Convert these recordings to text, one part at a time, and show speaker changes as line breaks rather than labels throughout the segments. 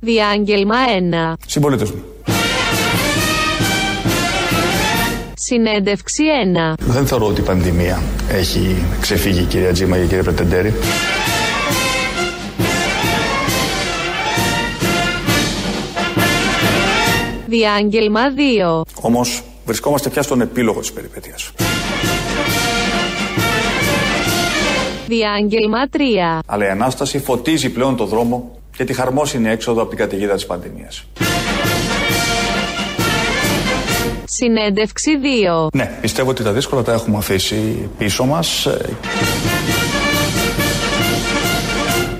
Διάγγελμα 1.
Συμπολίτε μου.
Συνέντευξη 1.
Δεν θεωρώ ότι η πανδημία έχει ξεφύγει η κυρία Τζίμα και η κυρία Πρετεντέρη.
Διάγγελμα 2.
Όμως βρισκόμαστε πια στον επίλογο της περιπέτειας.
Διάγγελμα 3.
Αλλά η ανάσταση φωτίζει πλέον το δρόμο και τη χαρμόσυνη έξοδο από την καταιγίδα της πανδημίας.
Συνέντευξη 2.
Ναι, πιστεύω ότι τα δύσκολα τα έχουμε αφήσει πίσω μας.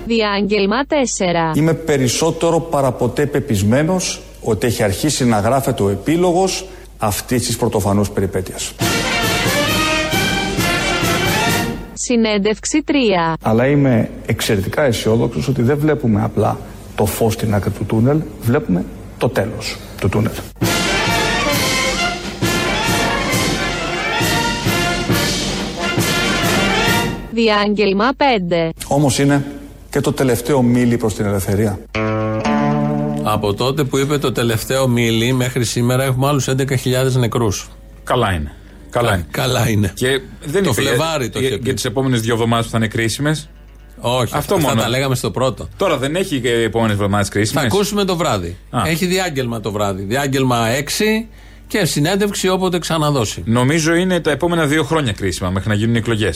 Διάγγελμα 4.
Είμαι περισσότερο παραποτέ πεπισμένος ότι έχει αρχίσει να γράφεται ο επίλογος αυτής της πρωτοφανούς περιπέτειας.
Συνέντευξη 3.
Αλλά είμαι εξαιρετικά αισιόδοξος ότι δεν βλέπουμε απλά το φως στην άκρη του τούνελ, βλέπουμε το τέλος του τούνελ.
Διάγγελμα 5.
Όμως είναι και το τελευταίο μίλι προς την ελευθερία.
Από τότε που είπε το τελευταίο μίλι μέχρι σήμερα έχουμε άλλους 11.000 νεκρούς.
Καλά είναι. Καλά είναι.
Καλά είναι.
Και δεν
το
είπε για-
Φλεβάρι το είχε
για,
πει.
για τις επόμενες δύο εβδομάδες που θα είναι κρίσιμες.
Όχι,
Αυτό
αυτά
μόνο.
τα λέγαμε στο πρώτο.
Τώρα δεν έχει και επόμενες εβδομάδες
Θα
κρίσιμε.
ακούσουμε το βράδυ.
Α.
Έχει διάγγελμα το βράδυ. Διάγγελμα 6 και συνέντευξη όποτε ξαναδώσει.
Νομίζω είναι τα επόμενα δύο χρόνια κρίσιμα μέχρι να γίνουν εκλογέ.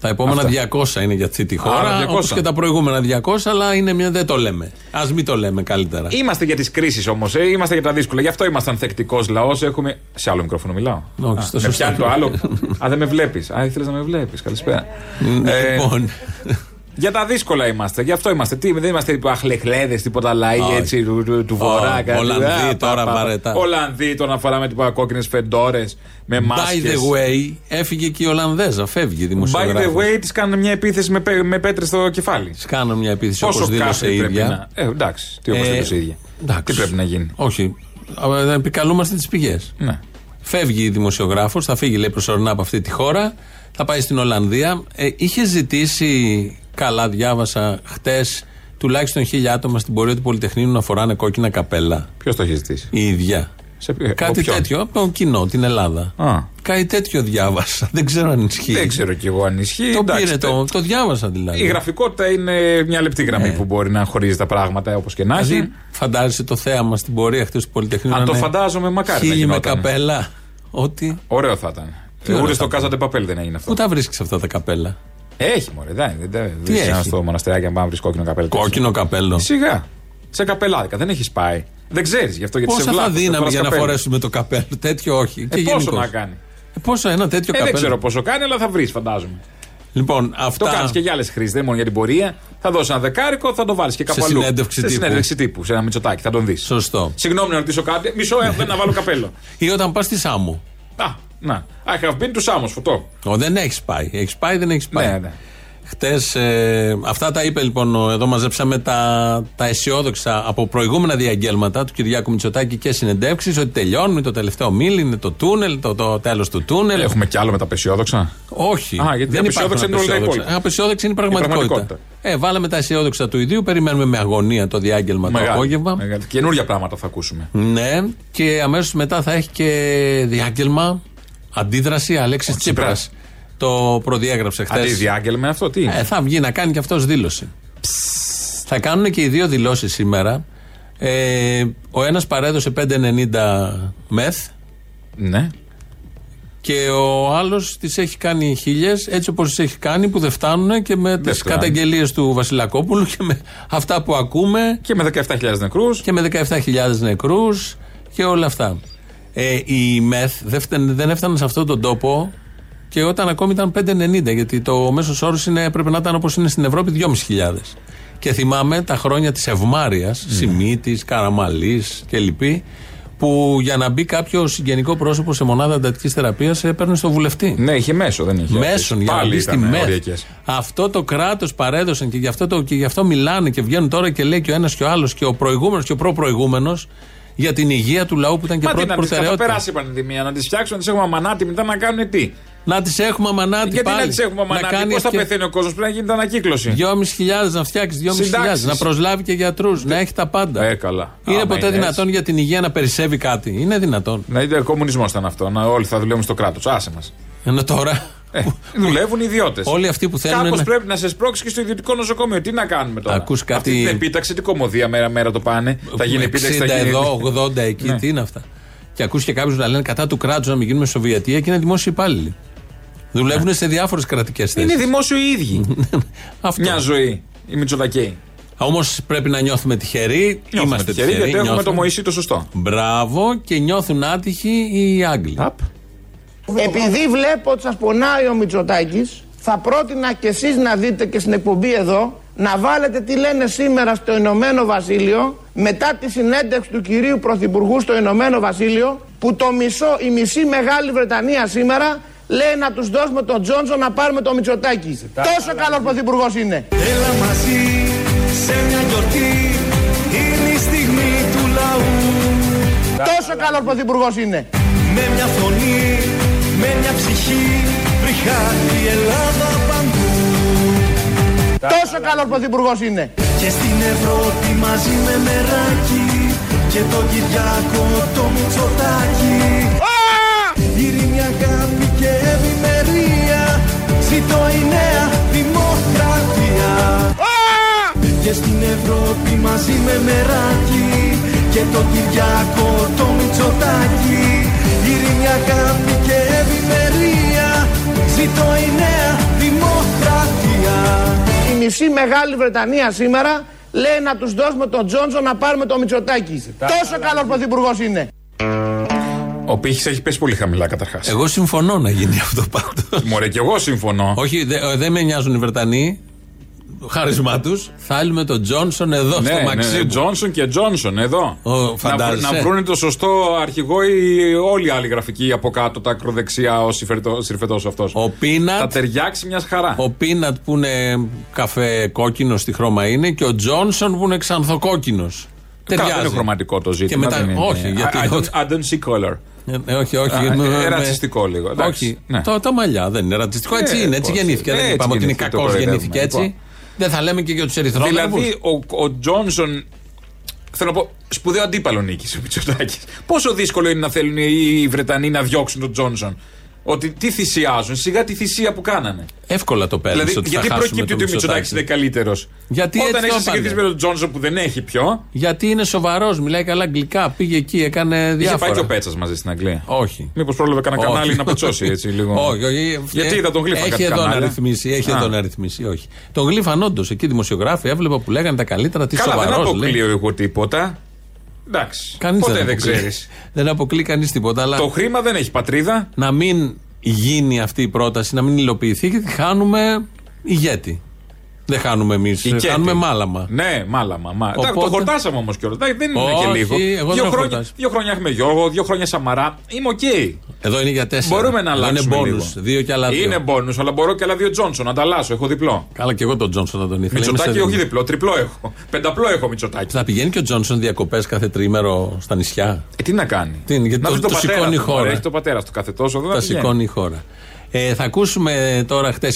Τα επόμενα 200 είναι για αυτή τη χώρα.
Άρα 200.
Όπως και τα προηγούμενα 200, αλλά είναι μια, δεν το λέμε. Ας μην το λέμε καλύτερα.
Είμαστε για τις κρίσεις όμως, ε, είμαστε για τα δύσκολα. Γι' αυτό ήμασταν θεκτικός λαός. Έχουμε. Σε άλλο μικρόφωνο μιλάω.
Όχι,
Α,
στο
με
σωστό.
πιάνει το άλλο. Α, δεν με βλέπεις. Α, ήθελες να με βλέπεις. Καλησπέρα. Ε,
Λοιπόν.
Για τα δύσκολα είμαστε. Γι' αυτό είμαστε. Τι, δεν είμαστε αχλεχλέδες, τίποτα λαοί
Όχι.
έτσι του, του, του βορρά.
Όχι.
κάτι.
Ολλανδοί
Α, πα,
τώρα
πα, πα.
βαρετά.
Ολλανδοί τώρα φοράμε τίποτα κόκκινες φεντόρες με
By
μάσκες.
the way, έφυγε και η Ολλανδέζα. Φεύγει η
By
δημοσιογράφος.
the way, της κάνουν μια επίθεση με, πέ- με πέτρες στο κεφάλι.
Της κάνω μια επίθεση όπω
Πόσο
δήλωσε
κάφρι
η
πρέπει
ίδια.
να. Ε, εντάξει, τι όπως
Ε,
δήλωσε η ίδια.
εντάξει.
Τι πρέπει να γίνει.
Όχι. Αλλά δεν Επικαλούμαστε τις πηγές.
Ναι.
Φεύγει η δημοσιογράφος, θα φύγει λέει προσωρινά από αυτή τη χώρα, θα πάει στην Ολλανδία. Ε, είχε ζητήσει, καλά διάβασα χτες, τουλάχιστον χίλια άτομα στην πορεία του Πολυτεχνείου να φοράνε κόκκινα καπέλα.
Ποιος το έχεις ζητήσει.
Η ίδια.
Σε ποιο- Ε, από
Κάτι
ποιον?
τέτοιο από το κοινό, την Ελλάδα.
Α.
Κάτι τέτοιο διάβασα. Δεν ξέρω αν ισχύει.
Δεν ξέρω κι εγώ αν ισχύει.
Το
Εντάξει,
πήρε, το, το διάβασα δηλαδή.
Η γραφικότητα είναι μια λεπτή
Ε.
γραμμή που μπορεί να χωρίζει τα πράγματα όπως και να έχει.
Δηλαδή, φαντάζεσαι το θέαμα στην πορεία χτες του Πολυτεχνείου.
Αν
να
το
είναι
φαντάζομαι, μακάρι να
Χίλιοι με
γινόταν.
καπέλα. Ότι.
Ωραίο θα ήταν.
Τι ωραίο
Ούτε
θα
στο
ήταν.
Κάζα Παπέλ δεν έγινε αυτό.
Πού τα βρίσκεις αυτά τα καπέλα.
Έχει μωρέ, δεν δεν- δεν δεν
έχει?
είσαι στο μοναστεράκι να πάμε βρεις κόκκινο καπέλα.
Κόκκινο καπέλο.
Σιγά. Σε καπελάδικα, δεν έχεις πάει. Δεν ξέρεις γι' αυτό γιατί σε
Πόσα
βλάπτει.
θα
δεν
δίναμε
φοράς
για να
καπέλα.
φορέσουμε το καπέλο. Τέτοιο όχι.
Ε, πόσο
γενικώς.
να κάνει.
Ε, πόσο ένα τέτοιο
Ε,
καπέλο.
δεν ξέρω πόσο κάνει, αλλά θα βρεις, φαντάζομαι.
Λοιπόν,
Το κάνει
αυτά.
και για άλλες χρήσεις, δεν μόνο για την πορεία. Θα δώσεις ένα δεκάρικο, θα το βάλεις και κάπου
Σε
αλλού.
συνέντευξη τύπου.
συνέντευξη τύπου, σε ένα μυτσοτάκι, θα τον δεις.
Σωστό.
Συγγνώμη να ρωτήσω κάτι. Μισό έχω να βάλω καπέλο.
Ή όταν πας στη Σάμου.
Α, να. I have been to Samos, φωτό.
Ο, δεν έχεις πάει. Έχεις πάει, δεν έχεις πάει.
Ναι, ναι.
Χτες, ε, αυτά τα είπε λοιπόν, ο- εδώ μαζέψαμε τα, τα αισιόδοξα από προηγούμενα διαγγέλματα του Κυριάκου Μητσοτάκη και συνεντεύξεις ότι τελειώνουμε το τελευταίο μίλι, είναι το τούνελ, το, το τέλος του τούνελ.
Έχουμε κι άλλο με τα πεσιόδοξα.
Όχι.
Α, γιατί
δεν
απεσιόδοξα
υπάρχουν
είναι όλα
απεσιόδοξα.
τα υπόλοιπα.
Ε, Απεσιόδοξη είναι η πραγματικότητα.
πραγματικότητα.
Ε, βάλαμε τα αισιόδοξα του ιδίου, περιμένουμε με αγωνία το διάγγελμα το απόγευμα.
μεγάλη. Καινούργια πράγματα θα ακούσουμε.
Ναι, και αμέσως μετά θα έχει και διάγγελμα αντίδραση Αλέξης Τσίπρας.
Τσίπρας.
Το προδιέγραψε χθες.
Αντί διάγγελμα αυτό, τι είναι.
Ε, θα βγει να κάνει και αυτός δήλωση. Θα κάνουν και οι δύο δηλώσει σήμερα. Ε, ο ένα παρέδωσε 5,90 μεθ
Ναι.
και ο άλλο τι έχει κάνει χίλιε έτσι όπω τι έχει κάνει που δεν φτάνουν και με τι
φτάνουν.
καταγγελίε του Βασιλακόπουλου και με αυτά που ακούμε
Και με 17.000 νεκρού.
και με 17.000 νεκρού και όλα αυτά. Ε, η ΜΕΘ δεν, φταίν- δεν έφτανε σε αυτόν τον τόπο και όταν ακόμη ήταν 5,90 γιατί το μέσος όρος πρέπει να ήταν όπως είναι στην Ευρώπη 2.500. Και θυμάμαι τα χρόνια της Ευμάρεια, Σιμίτης, Καραμαλής κλπ. που για να μπει κάποιο συγγενικό πρόσωπο σε μονάδα εντατικής θεραπείας έπαιρνε στο βουλευτή.
Ναι, είχε μέσο, δεν είχε.
Μέσον για να
Πάλι
μπει στη
ήταν
ΜΕΘ.
οριακές.
Αυτό το κράτος παρέδωσαν και γι, αυτό το, και γι' αυτό μιλάνε και βγαίνουν τώρα και λέει και ο ένας και ο άλλος και ο προηγούμενος και ο προπροηγούμενος για την υγεία του λαού που ήταν και
Μα τι
πρώτη
να τις θα
προτεραιότητα.
περάσει η πανδημία, να τις φτιάξουν, να τις έχουμε αμανάτη μετά να κάνουν τι.
Να τις έχουμε αμανάτη
Γιατί
πάλι.
να τις έχουμε μανάτη,
κάνει
πώς θα
ευκαι-
πεθαίνει ο κόσμος, πρέπει να γίνεται ανακύκλωση.
2.500 να φτιάξεις, 2.500
Συντάξεις.
να προσλάβει και γιατρούς, να έχει τα πάντα.
Ε, καλά.
Είναι
Άμα
ποτέ
είναι
δυνατόν
έτσι.
για την υγεία να περισσεύει κάτι. Είναι δυνατόν.
Να είναι κομμουνισμός ήταν αυτό. Να όλοι θα δουλεύουν στο κράτος. Άσε μας.
Ενώ τώρα.
Ε, δουλεύουν οι ιδιώτες.
Όλοι αυτοί που θέλουν.
Κάπως
να-
πρέπει να σε σπρώξεις και στο ιδιωτικό νοσοκομείο. Τι να κάνουμε τώρα.
Ακούς κάτι-
Αυτή την επίταξη, την κομμωδία μέρα-μέρα το πάνε. Θα
60
γίνει επίταξη, θα γίνει. Ναι.
εδώ, 80 εκεί, τι είναι αυτά. Και ακούς και κάποιους να λένε κατά του κράτους να μην γίνουμε Σοβιετία και είναι δημόσιοι υπάλληλοι. Δουλεύουν σε διάφορες κρατικές
Ναι. Είναι
θέσεις.
δημόσιο οι ίδιοι.
Αυτό.
Μια ζωή. Η Μητσοτακέη.
Όμως πρέπει να νιώθουμε τυχεροί. Είμαστε
τυχεροί,
τυχεροί.
γιατί έχουμε το
νιώθουμε.
Μωυσή το σωστό.
Μπράβο και νιώθουν άτυχοι οι Άγγλοι.
Απ.
Επειδή βλέπω ότι σας πονάει ο Μητσοτάκης, θα πρότεινα κι εσείς να δείτε και στην εκπομπή εδώ, να βάλετε τι λένε σήμερα στο Ηνωμένο Βασίλειο, μετά τη συνέντευξη του κυρίου Πρωθυπουργού στο Ηνωμένο Βασίλειο, που το μισό, η μισή Μεγάλη Βρετανία σήμερα λέει να τους δώσουμε τον Τζόνσον να πάρουμε τον Μητσοτάκη. Τόσο καλός Πρωθυπουργός είναι.
Έλα μαζί σε μια γιορτή Είναι η στιγμή του λαού
Τόσο καλός Πρωθυπουργός είναι.
Με μια φωνή, με μια ψυχή Βρυχάτη η Ελλάδα παντού
Τόσο καλός Πρωθυπουργός είναι.
Και στην Ευρώπη μαζί με μεράκι Και τον Κυριάκο το Μητσοτάκι Ειρήνη, αγάπη και ευημερία Ζήτω η νέα δημοκρατία Και στην Ευρώπη μαζί με μεράκι Και τον Κυριάκο το Μητσοτάκι Ειρήνη, αγάπη και ευημερία Ζήτω η νέα δημοκρατία
Η μισή Μεγάλη Βρετανία σήμερα λέει να τους δώσουμε τον Τζόνσον να πάρουμε τον Μητσοτάκη. Τόσο καλός Πρωθυπουργός είναι.
Ο πύχης έχει πέσει πολύ χαμηλά καταρχάς.
Εγώ συμφωνώ να γίνει αυτό πάντως.
Μωρέ, και εγώ συμφωνώ.
Όχι, δε- ε, δεν με νοιάζουν οι Βρετανοί. Χάρισμά τους. Θέλουμε τον Τζόνσον εδώ
Ναι,
στο
ναι, ναι,
Μαξίμου.
Τζόνσον και Τζόνσον εδώ.
Ω,
να,
φαντάζεσαι.
βρουν- να βρουν το σωστό αρχηγό ή όλοι οι άλλοι γραφικοί από κάτω, τα ακροδεξιά, ο συρφετό αυτός.
Ο
Θα
Πίνατ.
ταιριάξει μια χαρά.
Ο Πίνατ που είναι καφέ κόκκινος στη χρώμα είναι και ο Τζόνσον που είναι ξανθοκόκκινος.
Καλά,
Ταιριάζει.
δεν είναι χρωματικό το ζήτημα.
Και μετά-
δεν είναι.
όχι, γιατί-
I, I don't, I don't see color.
Ε, ε, όχι, όχι.
Α,
Ε,
ε,
με-
ε, ρατσιστικό
με-
λίγο, εντάξει,
Όχι.
ναι.
Το, τα μαλλιά δεν είναι ρατσιστικό.
Ε,
Έτσι είναι, έτσι
πώς.
γεννήθηκε.
Ε,
δεν
έτσι
είπαμε ότι είναι
γεννήθηκε, το
κακός
κοροϊδεύουμε,
γεννήθηκε έτσι.
λοιπόν.
Δεν θα λέμε και για τους ερυθρόλεπτου.
δηλαδή, ο, ο Τζόνσον. Θέλω να πω, σπουδαίο αντίπαλο νίκη ο Μητσοτάκης. Πόσο δύσκολο είναι να θέλουν οι Βρετανοί να διώξουν τον Τζόνσον. Ότι τι θυσιάζουν, σιγά τη θυσία που κάνανε.
Εύκολα το πέρασε.
Δηλαδή,
ότι θα
γιατί
χάσουμε
προκύπτει
τον
ότι ο Μητσοτάκης
Μητσοτάκης.
είναι καλύτερος.
Γιατί
Όταν
έτσι το
έχει
πάνε.
συγκριθεί με τον Τζόνσον που δεν έχει πιο.
Γιατί είναι σοβαρός, μιλάει καλά αγγλικά. Πήγε εκεί, έκανε
Είχε
διάφορα.
πάει και ο Πέτσας μαζί στην Αγγλία.
Όχι.
Μήπως πρόλαβε κανένα
Όχι.
κανάλι να πετσώσει έτσι λίγο.
Όχι, όχι. ε,
Γιατί είδα τον γλύφα
Έχει
κάτι
εδώ να
κανάλια.
ρυθμίσει. Έχει
Α.
εδώ να ρυθμίσει, όχι. Τον γλύφαν όντως εκεί δημοσιογράφοι έβλεπα που λέγανε τα καλύτερα. Τι
Καλά, δεν
σοβαρός λέει.
αποκλείω εγώ τίποτα. Εντάξει.
Κανείς
ποτέ δεν
αποκλεί.
ξέρεις.
Δεν αποκλεί κανείς τίποτα. Αλλά
Το χρήμα δεν έχει πατρίδα.
να μην γίνει αυτή η πρόταση, να μην υλοποιηθεί, γιατί χάνουμε ηγέτη. Δεν χάνουμε εμείς.
Κέτη.
Χάνουμε μάλαμα.
Ναι, μάλαμα. Μα...
Οπότε-
Εντάξει, Το χορτάσαμε όμως κιόλας. Δεν είναι
Όχι,
και λίγο.
εγώ δεν
δύο,
έχω
χρόνια,
χορτάσει.
δύο χρόνια έχουμε Γιώργο, δύο χρόνια Σαμαρά. Είμαι οκ.
Εδώ είναι για τέσσερα.
Μπορούμε
Εδώ
να αλλάξουμε.
Είναι
λίγο.
bonus. Δύο και άλλα δύο.
Είναι bonus, αλλά μπορώ και άλλα δύο Τζόνσον. να τα αλλάσω. Έχω διπλό.
Καλά, και εγώ τον Τζόνσον θα τον ήθελα.
Μητσοτάκι,
Είμαστε
όχι
δύο.
διπλό, τριπλό έχω. Πενταπλό έχω Μητσοτάκι.
Θα πηγαίνει και ο Τζόνσον διακοπές κάθε τρίμερο στα νησιά.
Ε, τι να κάνει.
Τι είναι, γιατί
να
το-
βρει
το
πατέρα
σηκώνει η
του,
χώρα.
μωρέ, Έχει το πατέρα του κάθε τόσο. δεν
τα
θα πηγαίνει.
σηκώνει η χώρα. Ε, θα ακούσουμε τώρα, χτες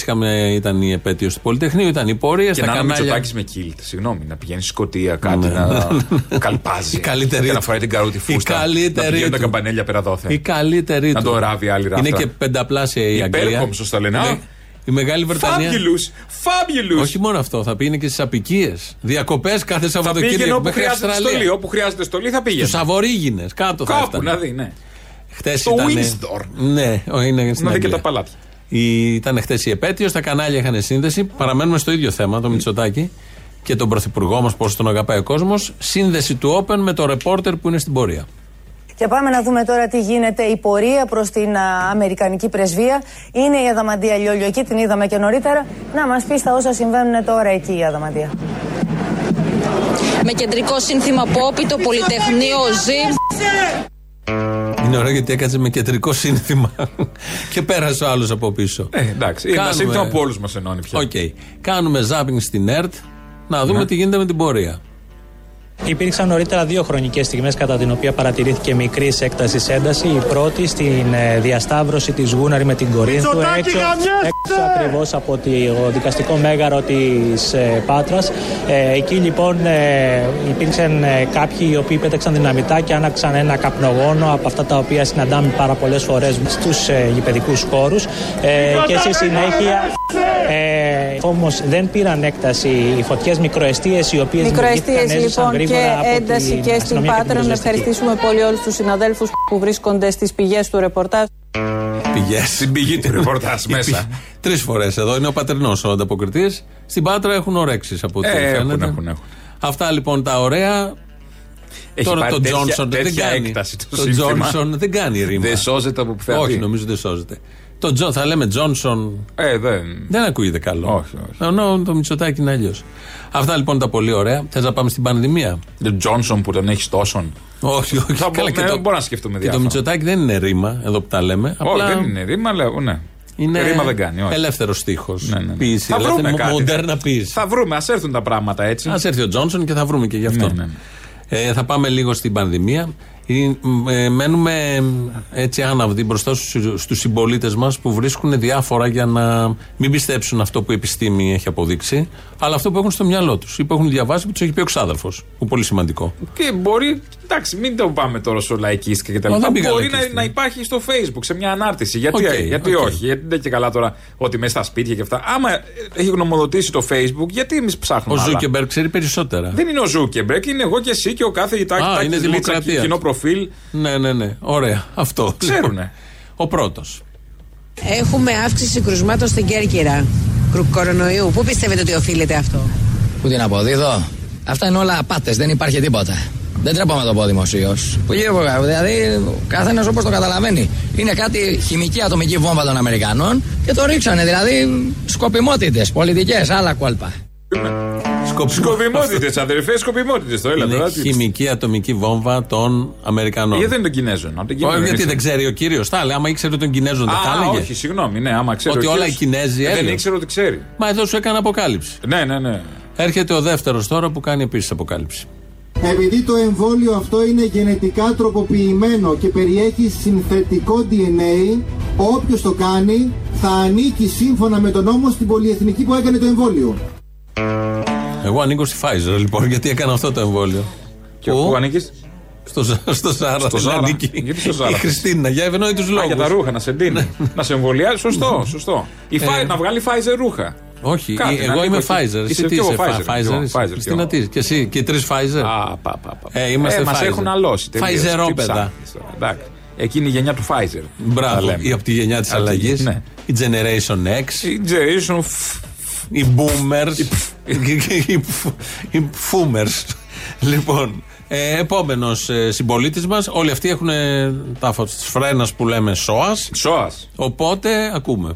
ήταν η επέτειος του Πολυτεχνείου, ήταν οι πορείες,
Και
τα
να είναι ο
κανάλια.
Μητσοτάκης με κίλτ. Συγγνώμη, να πηγαίνεις σκοτία, κάτι να καλπάζει.
Ναι. Η καλύτερη
Και να
του.
φοράει την καρότη
Η
φούστα.
καλύτερη
να πηγαίνουν τα
του.
καμπανέλια πέρα δόθε.
Η καλύτερη
ναι. Να
του.
το ράβει άλλη ράφτα.
Είναι και πενταπλάσια η Αγγλία.
Υπέρκομψος τα λένε, α.
Ναι. Η Μεγάλη Βρετανία.
Fabulous! Fabulous!
Όχι μόνο αυτό, θα πήγαινε και στις απικίες. Διακοπές κάθε
θα πήγαινε
Σαββατοκύριακο
όπου
μέχρι
χρειάζεται στολή.
Αυστραλία.
Όπου χρειάζεται στολή θα πήγαινε.
Του Αβορήγινε, κάτω θα
Κάπου
έφτανε.
να δει, ναι.
Χτες
Στο
ήτανε-
Windsor.
Ναι, ο- είναι στην
Να δει και
Αγγλία.
τα παλάτια.
Η- Ήταν χθε η επέτειος, τα κανάλια είχαν σύνδεση. Παραμένουμε στο ίδιο θέμα, το Μητσοτάκη και τον Πρωθυπουργό μας, πόσο τον αγαπάει ο κόσμος. Σύνδεση του Open με το ρεπόρτερ που είναι στην πορεία.
Και πάμε να δούμε τώρα τι γίνεται. Η πορεία προς την α, Αμερικανική πρεσβεία είναι η Αδαμαντία Λιόλιο. Εκεί την είδαμε και νωρίτερα. Να μας πεις τα όσα συμβαίνουν τώρα εκεί η Αδαμαντία.
με κεντρικό σύνθημα Πόπι, το Πολυτεχνείο Ζήμ.
Είναι ωραίο γιατί έκατσε με κεντρικό σύνθημα και πέρασε ο άλλος από πίσω.
Ε, εντάξει. Είναι ένα
Κάνουμε-
σύνθημα που όλους μας ενώνει πια. Ναι.
Οκ. Κάνουμε ζάπινγκ στην ΕΡΤ να δούμε τι γίνεται με την πορεία.
Υπήρξαν νωρίτερα δύο χρονικές στιγμές κατά την οποία παρατηρήθηκε μικρή έκταση ένταση. Η πρώτη στην ε, διασταύρωση της Γούναρη με την Κορίνθου, έξω, έξω ακριβώς από τη- το δικαστικό μέγαρο της Πάτρα. Εκεί λοιπόν ε, υπήρξαν ε, κάποιοι οι οποίοι πέταξαν δυναμητά και άναξαν ένα καπνογόνο από αυτά τα οποία συναντάμε πάρα πολλές φορές στους γηπαιδικούς χώρους. Ε, Και στη συνέχεια. Ε, Όμως δεν πήραν έκταση οι φωτιές μικροαιστείες οι οποίες
Μικροαιστείες λοιπόν και ένταση και στην Πάτρα. Να ευχαριστήσουμε πολύ όλους τους συναδέλφους που βρίσκονται στις πηγές του ρεπορτάζ.
Πηγές.
Στην πηγή του ρεπορτάζ μέσα.
Τρεις φορές εδώ είναι ο πατερνός ο ανταποκριτής. Στην Πάτρα έχουν ορέξει από ό,τι
Ε, έχουν,
φαίνεται.
έχουν, έχουν.
Αυτά λοιπόν τα ωραία.
Έχει
Τώρα
πάρει
το
τέτοια-
Τζόνσον δεν
τέτοια
κάνει.
έκταση το
το
σύνθημα.
Τζόνσον δεν κάνει ρήμα.
Δεν σώζεται από πουθενά.
Όχι, νομίζω δεν σώζεται. Το Τζο, θα λέμε Τζόνσον.
Ε, δεν.
Δεν ακούγεται καλό.
Όχι, όχι.
Ενώ το Μητσοτάκι είναι αλλιώς. Αυτά λοιπόν τα πολύ ωραία. Θες να πάμε στην πανδημία.
Τον Τζόνσον που τον έχεις τόσον.
Όχι, όχι.
Θα
Καλά,
μπο- ναι, μπορώ να σκεφτούμε
Και το
διάφορα.
Μητσοτάκι δεν είναι ρήμα, εδώ που τα λέμε.
Όχι, δεν είναι ρήμα, αλλά ναι.
Είναι
Ρήμα δεν κάνει. Όχι.
Ελεύθερος στίχος.
Ναι, ναι, ναι.
Ποιήση.
Θα βρούμε
ελεύθερη,
κάτι.
μοντέρνα ποιήση.
Θα βρούμε, ας έρθουν τα πράγματα έτσι.
Ας έρθει ο Τζόνσον και θα βρούμε και γι' αυτό.
Ναι, ναι, ναι.
Ε, θα πάμε λίγο στην πανδημία. Ε, ε, μένουμε ε, έτσι άναυδοι μπροστά στους συμπολίτες μας που βρίσκουν διάφορα για να μην πιστέψουν αυτό που η επιστήμη έχει αποδείξει, αλλά αυτό που έχουν στο μυαλό τους ή που έχουν διαβάσει που τους έχει πει ο ξάδερφος. Που πολύ σημαντικό.
Και μπορεί, εντάξει, μην το πάμε τώρα στο λαϊκίστικα και τα λοιπά.
δεν πήγα
Μπορεί να,
λαϊκίστικα.
να υπάρχει στο Facebook σε μια ανάρτηση. Γιατί,
Οκ,
γιατί
οκ.
όχι, γιατί δεν και καλά τώρα ότι μέσα στα σπίτια και αυτά. Άμα ε, έχει γνωμοδοτήσει το Facebook, γιατί εμείς
Ο
ψάχνουμε. άλλα?
Ζούκεμπερ ξέρει περισσότερα.
Δεν είναι ο Ζούκεμπερκ, είναι εγώ και εσύ και ο κάθε
Α,
γητάκι
είναι δημοκρατία.
κοινό προφίλ.
Ναι, ναι, ναι. Ωραία. Αυτό.
Ξέρουνε.
Λοιπόν, Ο πρώτος.
Έχουμε αύξηση κρουσμάτων στην Κέρκυρα κορονοϊού. Πού πιστεύετε ότι οφείλεται αυτό.
Πού την αποδίδω. Αυτά είναι όλα απάτες, δεν υπάρχει τίποτα. Δεν τρέπομαι να το πω δημοσίω. Πολύ αργά. Δηλαδή, καθένας όπως το καταλαβαίνει. Είναι κάτι χημική ατομική βόμβα των Αμερικανών και το ρίξανε. Δηλαδή, σκοπιμότητες, πολιτικές, άλλα κόλπα.
Σκοπιμότητες, αδερφέ, σκοπιμότητες. Το έλα
Είναι
τώρα. τι-
χημική ατομική βόμβα των Αμερικανών.
Γιατί δεν είναι των Κινέζων. από τον Κινέζο
Όχι,
είναι
γιατί
ίσως.
δεν ξέρει ο κύριος. Τα λέει, άμα ήξερε τον Κινέζο, δεν τα
Α,
έλεγε.
όχι, συγγνώμη, ναι, άμα ξέρει.
Ότι
ο
όλα
κύριος-
οι Κινέζοι
Δεν
έλεγαν.
ήξερε ότι ξέρει.
Μα εδώ σου έκανε αποκάλυψη.
Ναι, ναι, ναι.
Έρχεται ο δεύτερος τώρα που κάνει επίσης αποκάλυψη.
Επειδή το εμβόλιο αυτό είναι γενετικά τροποποιημένο και περιέχει συνθετικό DNA, όποιος το κάνει θα ανήκει σύμφωνα με τον νόμο στην πολυεθνική που έκανε το εμβόλιο.
Εγώ ανήκω στη Pfizer λοιπόν, γιατί έκανα αυτό το εμβόλιο.
Και που ανήκεις.
Στο, Ζα- στο Σάρα.
Στο
δεν
Ζάρα.
ανήκει.
Γιατί στο Ζάρα?
Η Χριστίνα, για ευνόητου
Α, για τα
λόγους.
ρούχα, να σε ντύνει. να σε εμβολιάζει. Σωστό, σωστό. Η Pfizer-
Ναι. Ε,
να βγάλει Pfizer ρούχα.
Όχι,
Κάτι,
ε,
να
εγώ
ανήκω
είμαι
εκεί.
Pfizer. Εσύ
Είσαι
τι
κι εγώ
είσαι,
Pfizer, κι εγώ,
Pfizer.
Pfizer, κι
Χριστίνα,
εγώ.
τι είσαι, και εσύ και τρεις Pfizer.
Α, πα, πα, πα.
Ε, είμαστε
μας
Pfizer.
έχουν αλώσει. τελείως. Τι
Pfizerόπεδα.
ψάχνεις τώρα, εντάξει. Εκείνη η γενιά του Pfizer. τα
Μπράβο,
λέμε.
η από τη γενιά της
Από τη-
αλλαγής.
ναι.
Η Generation X.
Η Generation F.
Οι boomers. Οι πφ- Οι boomers. Λοιπόν, επόμενο συμπολίτης μας, όλοι αυτοί έχουν ε, τα φρένα που λέμε σώας.
Σόα.
Οπότε ακούμε.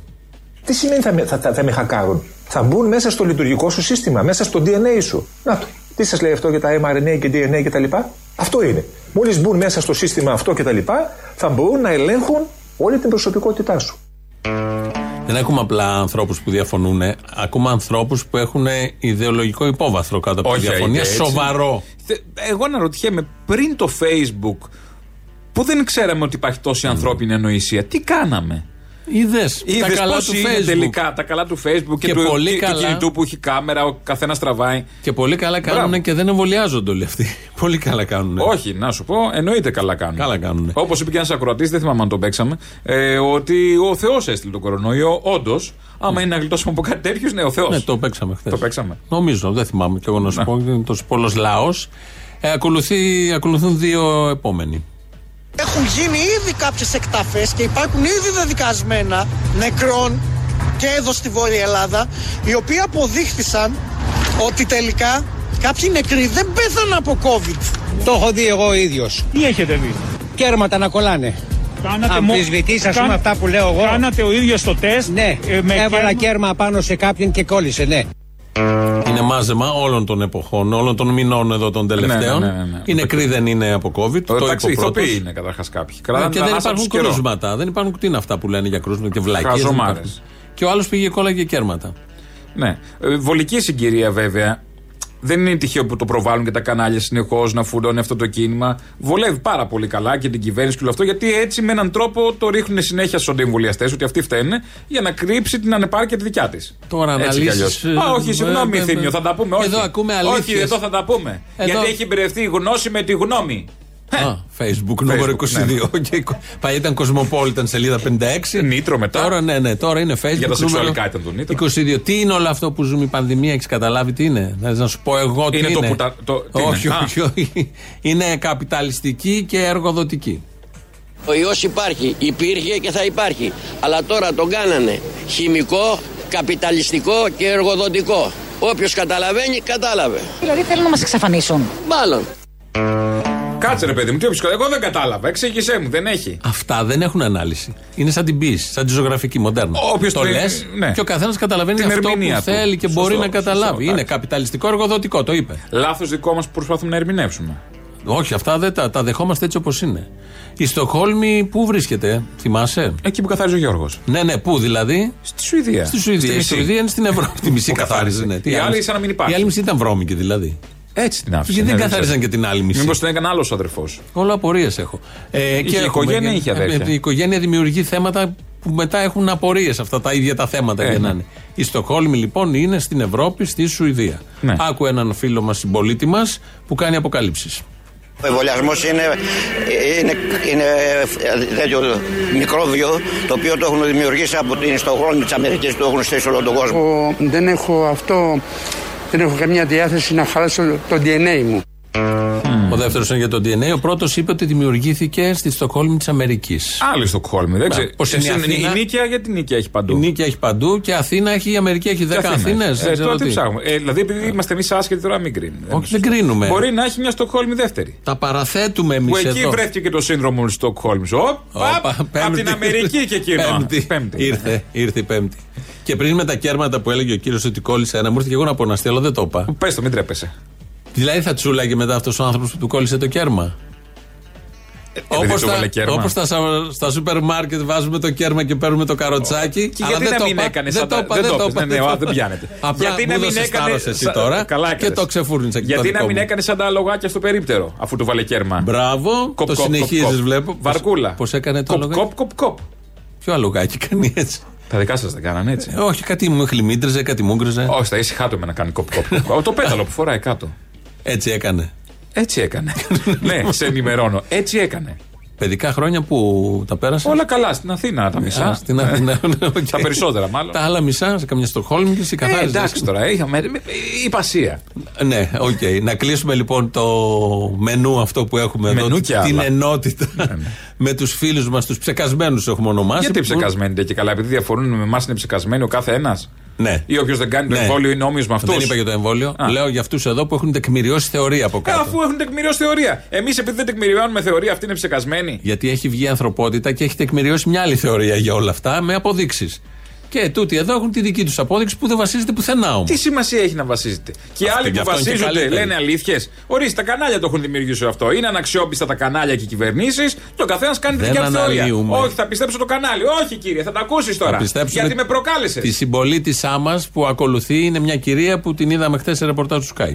Τι σημαίνει θα, με- θα, θα, θα με χακάρουν. Θα μπουν μέσα στο λειτουργικό σου σύστημα, μέσα στο DNA σου. Να το. Τι σας λέει αυτό για τα mRNA και DNA κτλ. Αυτό είναι. Μόλις μπουν μέσα στο σύστημα αυτό κτλ., θα μπορούν να ελέγχουν όλη την προσωπικότητά σου.
Δεν ακούμε απλά ανθρώπους που διαφωνούν. ε. Ακούμε ανθρώπους που έχουν ε, ιδεολογικό υπόβαθρο κάτω από τη
Όχι,
διαφωνία.
είτε έτσι.
Σοβαρό.
Εγώ αναρωτιέμαι πριν το Facebook που δεν ξέραμε ότι υπάρχει τόση ανθρώπινη ανοησία. Τι κάναμε.
Είδες τα
Είδες
καλά του
πώ είναι
Facebook.
τελικά τα καλά του Facebook και,
Και
του,
πολύ
και- και
καλά.
κινητού που έχει κάμερα, ο καθένας τραβάει.
Και πολύ καλά κάνουν
Μπράβο.
και δεν εμβολιάζονται όλοι αυτοί. πολύ καλά κάνουν.
Όχι, να σου πω, εννοείται καλά κάνουν.
Καλά κάνουνε.
Όπως είπε και ένας ακροατής, δεν θυμάμαι αν τον παίξαμε, ε, ότι ο Θεός έστειλε τον κορονοϊό. Όντως, άμα είναι να γλιτώσουμε από κάτι τέτοιο, ναι, ο Θεός.
Ναι, το παίξαμε χθες.
Το παίξαμε. Ναι.
Νομίζω, δεν θυμάμαι και εγώ να σου πω, είναι τόσο πολλός λαός. Ε, ακολουθεί, ακολουθούν δύο επόμενοι.
Έχουν γίνει ήδη κάποιες εκταφές και υπάρχουν ήδη δεδικασμένα νεκρών και εδώ στη Βόρεια Ελλάδα οι οποίοι αποδείχθησαν ότι τελικά κάποιοι νεκροί δεν πέθαναν από COVID.
Το έχω δει εγώ ίδιος.
Τι έχετε δει.
Κέρματα να κολλάνε.
Κάνατε
Αμφισβητείς, ας πούμε, αυτά που λέω εγώ.
Κάνατε ο ίδιος το τεστ. ε,
Ναι, έβαλα κέρμα πάνω σε κάποιον και κόλλησε, ναι.
Είναι μάζεμα όλων των εποχών, όλων των μηνών εδώ των τελευταίων.
Ναι, ναι, ναι, ναι, ναι.
Οι νεκροί δεν είναι από COVID. Το,
Εντάξει,
είπε ο πρώτος.
ηθοποιοί είναι καταρχάς κάποιοι.
Ε,
Κρατάνε
Και
την
δεν
ανάσα
υπάρχουν
τους καιρό.
κρούσματα. Δεν υπάρχουν τι είναι αυτά που λένε για κρούσματα και βλακίες.
Χαζομάρες.
Και ο άλλος πήγε κόλλα και κέρματα.
Ναι. Ε, Βολική συγκυρία βέβαια. Δεν είναι τυχαίο που το προβάλλουν και τα κανάλια συνεχώς να φουρώνει αυτό το κίνημα. Βολεύει πάρα πολύ καλά και την κυβέρνηση και όλο αυτό, γιατί έτσι με έναν τρόπο το ρίχνουν συνέχεια στους αντιεμβολιαστές, ότι αυτοί φταίνε, για να κρύψει την ανεπάρκεια τη δικιά της.
Τώρα αναλύσεις, ε,
Α, όχι,
ε,
συγγνώμη,
ε, ε,
Θήμιο, θα τα πούμε. Όχι.
Εδώ ακούμε
Όχι,
αλήθειες.
εδώ θα τα πούμε.
Εδώ-
Γιατί έχει μπερδευτεί η γνώση με τη γνώμη.
Α, Ε, Facebook
ναι.
νούμερο 22. Και κο- Παλιά ήταν Cosmopolitan σελίδα 56.
Ε, Νήτρο μετά.
Τώρα, ναι, ναι, τώρα είναι Facebook.
Για τα
νούμερο
σεξουαλικά ήταν το νήτρο.
22. Τι είναι όλο αυτό που ζούμε η πανδημία, έχεις καταλάβει τι είναι. Θες να σου πω εγώ τι
Είναι
είναι.
το που τα- το- τι είναι.
όχι,
Α.
όχι, όχι. Είναι καπιταλιστική και εργοδοτική.
Ο ιός υπάρχει, υπήρχε και θα υπάρχει. Αλλά τώρα τον κάνανε χημικό, καπιταλιστικό και εργοδοτικό. Όποιος καταλαβαίνει, κατάλαβε.
Δηλαδή θέλουν να μας εξαφανίσουν.
Μάλλον.
Κάτσε ρε παιδί μου, τι όποιος κα- Εγώ δεν κατάλαβα. Εξήγησέ μου, δεν έχει.
Αυτά δεν έχουν ανάλυση. Είναι σαν την ποιήση, σαν τη ζωγραφική μοντέρνα.
Όποιος
το
το-
λες
ναι.
και ο καθένας καταλαβαίνει
Την
αυτό που
ερμηνεία του.
θέλει και
Σωστό,
μπορεί να
σωστό,
καταλάβει. είναι
εντάξει.
καπιταλιστικό εργοδοτικό, το είπε.
Λάθος δικό μας που προσπαθούμε να ερμηνεύσουμε.
Όχι, αυτά δεν τα, τα δεχόμαστε έτσι όπως είναι. Η Στοχόλμη πού βρίσκεται, θυμάσαι.
Εκεί που καθάριζε ο Γιώργος.
Ναι, ναι, πού δηλαδή.
Στη Σουηδία.
Στη Σουηδία.
Στη
Η
μισή.
Σουηδία είναι στην Ευρώπη. Τη μισή
Που
καθάριζε.
καθάριζε.
Ναι. Τι
Η άλλη
άλλες-
σαν να μην υπάρχει.
Η άλλη μισή ήταν βρώμικη δηλαδή.
Έτσι την ναι, άφησε.
Γιατί δεν καθάριζαν και την άλλη μισή.
Μήπως την έκανε άλλος αδερφός.
Όλα απορίες έχω. Ε,
Είχε
έχουμε
οικογένεια,
και-
είχε αδέρφια.
Ε, Η οικογένεια δημιουργεί θέματα που μετά έχουν απορίες αυτά τα ίδια τα θέματα
Ε,
για να
ναι.
είναι. Η Στοκχόλμη λοιπόν είναι στην Ευρώπη, στη Σουηδία.
Ναι.
Άκου έναν φίλο μας συμπολίτη μας που κάνει αποκαλύψεις.
Ο εμβολιασμός είναι, είναι, είναι τέτοιο μικρόβιο το οποίο το έχουν δημιουργήσει από την Στοχόλμη της Αμερικής, το έχουν στήσει όλο τον κόσμο.
Εγώ δεν έχω αυτό, δεν έχω καμία διάθεση να χαλάσω το DNA μου.
Ο δεύτερος είναι για το DNA. Ο πρώτος είπε ότι δημιουργήθηκε στη Στοκχόλμη της Αμερικής.
Άλλη Στοκχόλμη, δεν
Ναι.
ξέρω.
Πώς είναι η
Εσύ-
Αθήνα.
Η νίκαια γιατί νίκαια έχει
Η
παντού.
Νίκη έχει παντού και Αθήνα έχει, η Αμερική έχει 10
Και
Αθήνε.
Ε, τώρα τι ψάχνουμε. Ε, δηλαδή επειδή είμαστε εμείς άσχετοι τώρα μην κρίνουμε.
Όχι, δεν κρίνουμε.
Μπορεί να έχει μια Στοκχόλμη δεύτερη.
Τα παραθέτουμε εμείς
Που εκεί
εδώ.
βρέθηκε και το σύνδρομο του Στοκχόλμη. Από την Αμερική και εκείνο. ναι.
Πέμπτη. Ήρθε, ήρθε η Πέμπτη. Και πριν με τα κέρματα που έλεγε ο κύριος ότι κόλλησε ένα, μου ήρθε και εγώ να πω να στείλω, δεν το είπα.
Πες το, μην τρέπεσαι.
Δηλαδή θα τσούλαγε μετά αυτός ο άνθρωπος που του κόλλησε το κέρμα.
Ε, επειδή
Όπως
του έβαλε κέρμα.
όπως στα, σα- στα σούπερ μάρκετ βάζουμε το κέρμα και παίρνουμε το καροτσάκι.
Και
αλλά
γιατί
δεν
να
το
μην
είπα,
έκανες
δεν
σαν τα-
το είπα,
δεν
δεν
το
το
είπες,
είπα.
ναι, ναι, ο, δεν πιάνεται.
Απλά
Γιατί
γιατί
να
να
μην έκανε
εσύ
σαν-
τώρα
καλά
και
έκανες.
το ξεφούρνησα. και το
Γιατί
δικό
να μην
μου.
έκανες σαν τα λογάκια στο περίπτερο, αφού του βάλε κέρμα.
Μπράβο,
Κοπ,
το
κοπ,
συνεχίζεις,
κοπ, κοπ.
βλέπω. Πώς-
Βαρκούλα.
πώς έκανε το
Κοπ,
λογάκι.
κοπ, κοπ, κοπ.
Ποιο αλογάκι κάνει έτσι.
Τα δικά σας τα κάνανε έτσι.
Ε, όχι, κάτι μου χλιμίντριζε, κάτι μου γκριζε.
Ε. Όχι, τα ήσυχά του με να κάνει κοπ, κοπ, κοπ, κοπ. Το πέταλο που φοράει κάτω.
Έτσι έκανε.
Έτσι έκανε. ναι, σε ενημερώνω. Έτσι έκανε.
Παιδικά χρόνια που τα πέρασες.
Όλα καλά, στην Αθήνα τα μισά.
Α, στην Αθήνα. ναι, οκ.
ναι. Τα περισσότερα μάλλον.
Τα άλλα μισά σε καμιά Στοχόλμη και σε
Ε,
καθάριζες.
εντάξει τώρα, είχαμε. ε, Υπασία.
Ναι, οκ. Να κλείσουμε λοιπόν το μενού αυτό που έχουμε εδώ.
Μενού και
την
άλλα. Ναι,
ενότητα με τους φίλους μας, τους ψεκασμένους έχουμε ονομάσει.
Γιατί
που-
ψεκασμένοι είναι και καλά, επειδή διαφορούν με εμάς είναι ψεκασμένοι ο κάθε ένας.
Ναι.
Ή όποιος δεν κάνει το
Ναι.
εμβόλιο είναι όμοιος με αυτού.
Δεν είπα για το εμβόλιο. Λέω για αυτούς εδώ που έχουν τεκμηριώσει θεωρία από κάτω.
Ε, Αφού έχουν τεκμηριώσει θεωρία. Εμείς επειδή δεν τεκμηριώνουμε θεωρία, αυτή είναι ψεκασμένη.
Γιατί έχει βγει η ανθρωπότητα και έχει τεκμηριώσει μια άλλη θεωρία για όλα αυτά με αποδείξεις. Και τούτοι εδώ έχουν τη δική τους απόδειξη που δεν βασίζεται πουθενά όμως.
Τι σημασία έχει να βασίζεται. Και οι
Αυτό
άλλοι
και
που
αυτό είναι και
βασίζονται
καλύτερο.
λένε αλήθειες. Ορίστε, τα κανάλια το έχουν δημιουργήσει αυτό. Είναι αναξιόπιστα τα κανάλια και οι κυβερνήσεις. Το καθένας κάνει τη
Δεν
δικιά του θεωρία.
αναλύουμε.
Όχι, θα πιστέψω το κανάλι. Όχι, κύριε, θα τα ακούσεις τώρα.
πιστέψουμε
Γιατί με προκάλεσες.
Τη συμπολίτησά μας που ακολουθεί είναι μια κυρία που την είδαμε χθες σε ρεπορτάζ του Sky.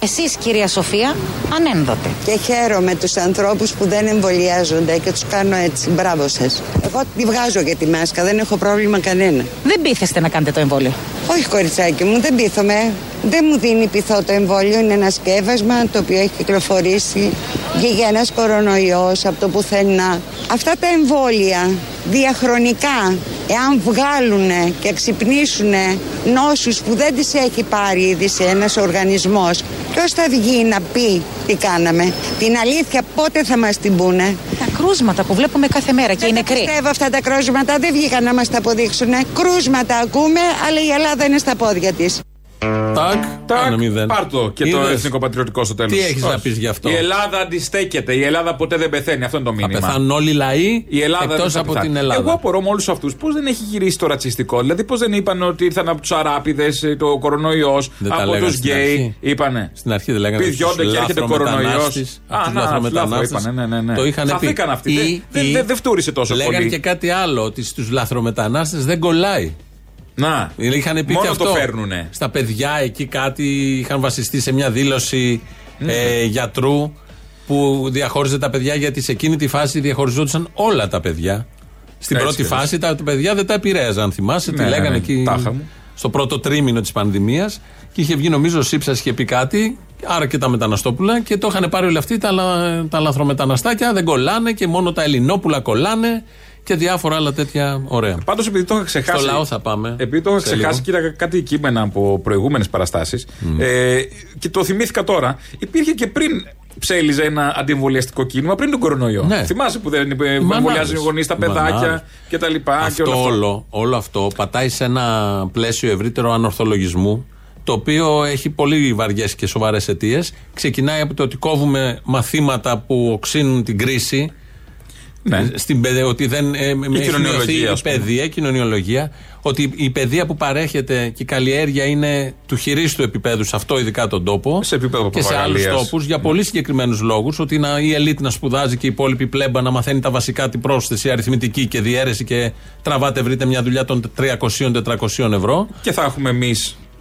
Εσείς κυρία Σοφία, ανένδοτε.
Και χαίρομαι τους ανθρώπους που δεν εμβολιάζονται και τους κάνω έτσι. Μπράβο σας. Εγώ τη βγάζω για τη μάσκα, δεν έχω πρόβλημα κανένα.
Δεν πείθεστε να κάνετε το εμβόλιο.
Όχι κοριτσάκι μου, δεν πείθομαι. Δεν μου δίνει πειθό το εμβόλιο. Είναι ένα σκεύασμα το οποίο έχει κυκλοφορήσει. Βγήκε ένας κορονοϊός από το πουθενά. Αυτά τα εμβόλια διαχρονικά, εάν βγάλουν και ξυπνήσουν νόσους που δεν τις έχει πάρει ήδη σε ένας οργανισμός, ποιος θα βγει να πει τι κάναμε. Την αλήθεια πότε θα μας την πούνε.
Τα κρούσματα που βλέπουμε κάθε μέρα και οι νεκροί.
Πιστεύω αυτά τα κρούσματα δεν βγήκαν να μας τα αποδείξουν. Κρούσματα ακούμε, αλλά η Ελλάδα είναι στα πόδια της.
Τάκ, ένα μηδέν.
Πάρ' το και το
Είδες.
εθνικό πατριωτικό στο τέλος.
Τι έχεις να πεις γι' αυτό?
Η Ελλάδα αντιστέκεται. Η Ελλάδα ποτέ δεν πεθαίνει. Αυτό είναι το μήνυμα.
πεθάνουν όλοι οι λαοί
Η Ελλάδα
εκτός
δεν θα
από
πεθάνει.
την Ελλάδα.
Εγώ απορώ με όλους αυτούς πώς δεν έχει γυρίσει το ρατσιστικό. Δηλαδή, πώς δεν είπαν ότι ήρθαν από τους Αράπιδε το κορονοϊός,
Δεν τα
από
λέγανε
τους
στην
γκέι.
αρχή.
Είπανε.
Στην αρχή δεν λέγανε
Πηδιώνται
τους
και έρχεται κορονοϊό.
λαθρομετανάστες,
Α,
τους
να, λάθο
λαθρομετανάστες.
είπανε. Ναι, ναι, ναι.
Το είχαν
Χαθήκαν αυτοί.
Ή-
Δεν- δεν-
ή-
Δεν δεν φτούρισε τόσο
Λέγανε
πολύ.
και κάτι άλλο, ότι στους λαθρομετανάστε δεν κολλάει.
Να.
Είχαν πει
Μόνο
και
το
αυτό.
φέρνουνε.
Στα παιδιά εκεί κάτι είχαν βασιστεί σε μια δήλωση
Ναι.
ε, γιατρού που διαχώριζε τα παιδιά γιατί σε εκείνη τη φάση διαχωριζόντουσαν όλα τα παιδιά. Στην
Έτσι
πρώτη
κι αλλιώς.
φάση τα παιδιά δεν τα επηρέαζαν, αν θυμάσαι.
Ναι,
τι
ναι,
λέγανε
ναι.
εκεί
Τάχα μου.
στο πρώτο τρίμηνο της πανδημίας και είχε βγει νομίζω ο Σίψας είχε πει κάτι, άρα και τα μεταναστόπουλα και το είχαν πάρει όλοι αυτοί τα, λα- τα λαθρομεταναστάκια, δεν κολλάνε και μόνο τα ελληνόπουλα κολλάνε και διάφορα άλλα τέτοια ωραία.
Πάντως επειδή το είχα ξεχάσει.
Στο λαό θα πάμε.
Επειδή το είχα
σε λίγο.
ξεχάσει, κοίταγα κάτι κείμενα από προηγούμενες παραστάσεις. Ε, και το θυμήθηκα τώρα. Υπήρχε και πριν ψέλιζε ένα αντιεμβολιαστικό κίνημα πριν τον κορονοϊό.
Ναι.
Θυμάσαι που δεν ε,
Μανάδες.
εμβολιάζουν οι γονείς τα
Μανάδες.
παιδάκια κτλ.
Αυτό, όλο, όλο αυτό πατάει σε ένα πλαίσιο ευρύτερο ανορθολογισμού, το οποίο έχει πολύ βαριές και σοβαρές αιτίες. Ξεκινάει από το ότι κόβουμε μαθήματα που οξύνουν την κρίση.
Ναι.
Στην παιδε- ότι δεν ε, με- έχει
κοινωνιολογία,
μειωθεί η
ας πούμε.
παιδεία, η κοινωνιολογία, ότι η παιδεία που παρέχεται και η καλλιέργεια είναι του χειρίστου επίπεδου σε αυτό ειδικά τον τόπο. Σε
επίπεδο
και σε άλλους
προπαγανδίας. Ναι.
τόπους για πολύ συγκεκριμένους λόγους. Ότι να, η ελίτ να σπουδάζει και η υπόλοιπη πλέμπα να μαθαίνει τα βασικά, την πρόσθεση, αριθμητική και διαίρεση και τραβάτε, βρείτε μια δουλειά των 300-400 ευρώ.
Και θα έχουμε εμείς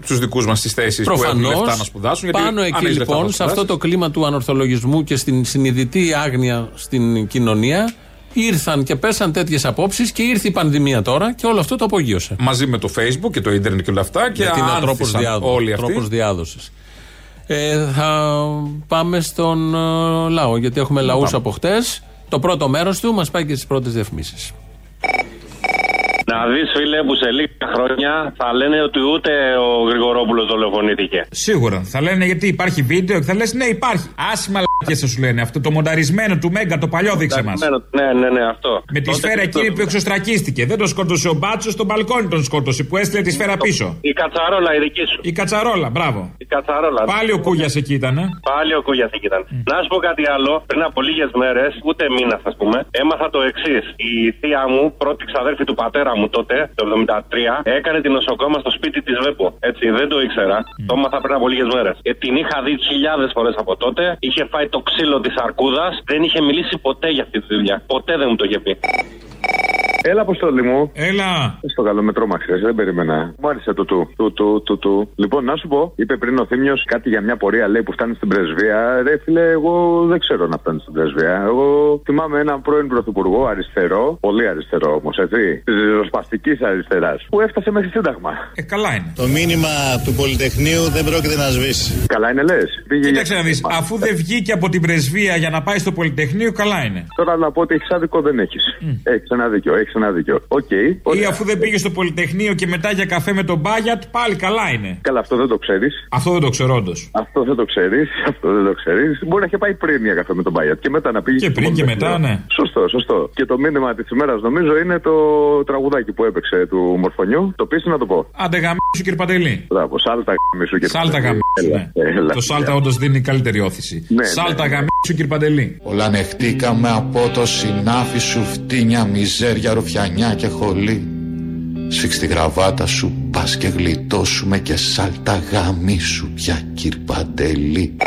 του δικούς μας τις θέσεις που έχουν
Προφανώς.
λεφτά να σπουδάσουν. γιατί
Πάνω
αν
εκεί
έχεις λεφτά
λοιπόν,
να
σε αυτό το κλίμα του ανορθολογισμού και στην συνειδητή άγνοια στην κοινωνία, ήρθαν και πέσαν τέτοιες απόψεις και ήρθε η πανδημία τώρα και όλο αυτό το απογείωσε.
Μαζί με το Facebook και το ίντερνετ και όλα αυτά. Και
Γιατί είναι ο
άνθησαν
τρόπο
όλοι αυτοί.
διάδοσης. Ε, θα πάμε στον ε, λαό, γιατί έχουμε λαού από χτες. Το πρώτο μέρος του μας πάει και στις πρώτες διαφημίσεις.
Να δεις, φίλε, που σε λίγα χρόνια θα λένε ότι ούτε ο Γρηγορόπουλος δολοφονήθηκε.
Σίγουρα. Θα λένε γιατί υπάρχει βίντεο και θα λες ναι, υπάρχει. Άσχημα μαλακίε θα σου λένε. Αυτό το μονταρισμένο του Μέγκα, το παλιό δείξε μας.
Ναι, ναι, ναι, αυτό.
Με τη
Τότε
σφαίρα
και
εκείνη
το-
που εξωστρακίστηκε. Δεν τον σκότωσε ο Μπάτσος, στον μπαλκόνι τον σκότωσε που έστειλε τη σφαίρα πίσω.
Η κατσαρόλα, η δική σου.
Η κατσαρόλα, μπράβο.
Η κατσαρόλα.
Πάλι ο Κούγιας εκεί ήταν. ε.
Πάλι ο Κούγιας εκεί ήταν. Να σου πω κάτι άλλο. Πριν από λίγες μέρες, ούτε μήνας, ας πούμε, έμαθα το εξής. Η θεία μου, πρώτη ξαδέρφη του πατέρα μου τότε, το 73, έκανε την νοσοκόμα στο σπίτι της Βέπο. Έτσι, δεν το ήξερα. Το έμαθα πριν από λίγες μέρες. Ε, την είχα δει χιλιάδες φορές από τότε. Είχε φάει το ξύλο της αρκούδας. Δεν είχε μιλήσει ποτέ για αυτή τη δουλειά. Ποτέ δεν μου το είχε πει.
Έλα, Αποστόλη μου.
Έλα.
Στο καλό με τρόμαξε, δεν περίμενα. Μου άρεσε το του. Του, του, του, του. Λοιπόν, να σου πω, είπε πριν ο Θήμιος κάτι για μια πορεία, λέει που φτάνει στην πρεσβεία. Ρε φίλε, εγώ δεν ξέρω να φτάνει στην πρεσβεία. Εγώ θυμάμαι έναν πρώην πρωθυπουργό αριστερό, πολύ αριστερό όμως, έτσι, της ριζοσπαστικής αριστεράς, που έφτασε μέχρι σύνταγμα.
Ε, καλά είναι.
Το μήνυμα του Πολυτεχνείου δεν πρόκειται να σβήσει.
Καλά είναι, λες.
Κοίταξε να δεις, αφού δεν βγήκε από την πρεσβεία για να πάει στο Πολυτεχνείο, καλά είναι.
Τώρα να πω ότι έχεις άδικο, δεν έχεις. Έχεις ένα δίκιο, έχεις ένα δίκιο. Οκ.
Ή
ωραία.
αφού δεν πήγε στο Πολυτεχνείο και μετά για καφέ με τον Μπάγιατ, πάλι καλά είναι.
Καλά, αυτό δεν το ξέρεις.
Αυτό δεν το ξέρω, όντως.
Αυτό δεν το ξέρεις. Αυτό δεν το ξέρεις. Μπορεί να είχε πάει πριν για καφέ με τον Μπάιατ και μετά να πήγε. Και
πριν και μετά, ναι.
Σωστό, σωστό. Και το μήνυμα της ημέρας νομίζω είναι το τραγουδάκι που έπαιξε του Μορφωνιού. Το πεις να το πω.
Άντε γαμίσου κύριε Παντελή.
Μπράβο, σάλτα γαμίσου και
Σάλτα γαμίσου. Το σάλτα όντως δίνει καλύτερη όθηση.
Ναι,
Σάλτα γαμίσου κύριε Παντελή.
Όλα ανεχτήκαμε από το συνάφι σου φτύνια, μιζέρια, ρουφιανιά και χολή. Σφίξ τη γραβάτα σου, πας και γλιτώσουμε και σάλτα γαμί σου πια κυρπαντελή.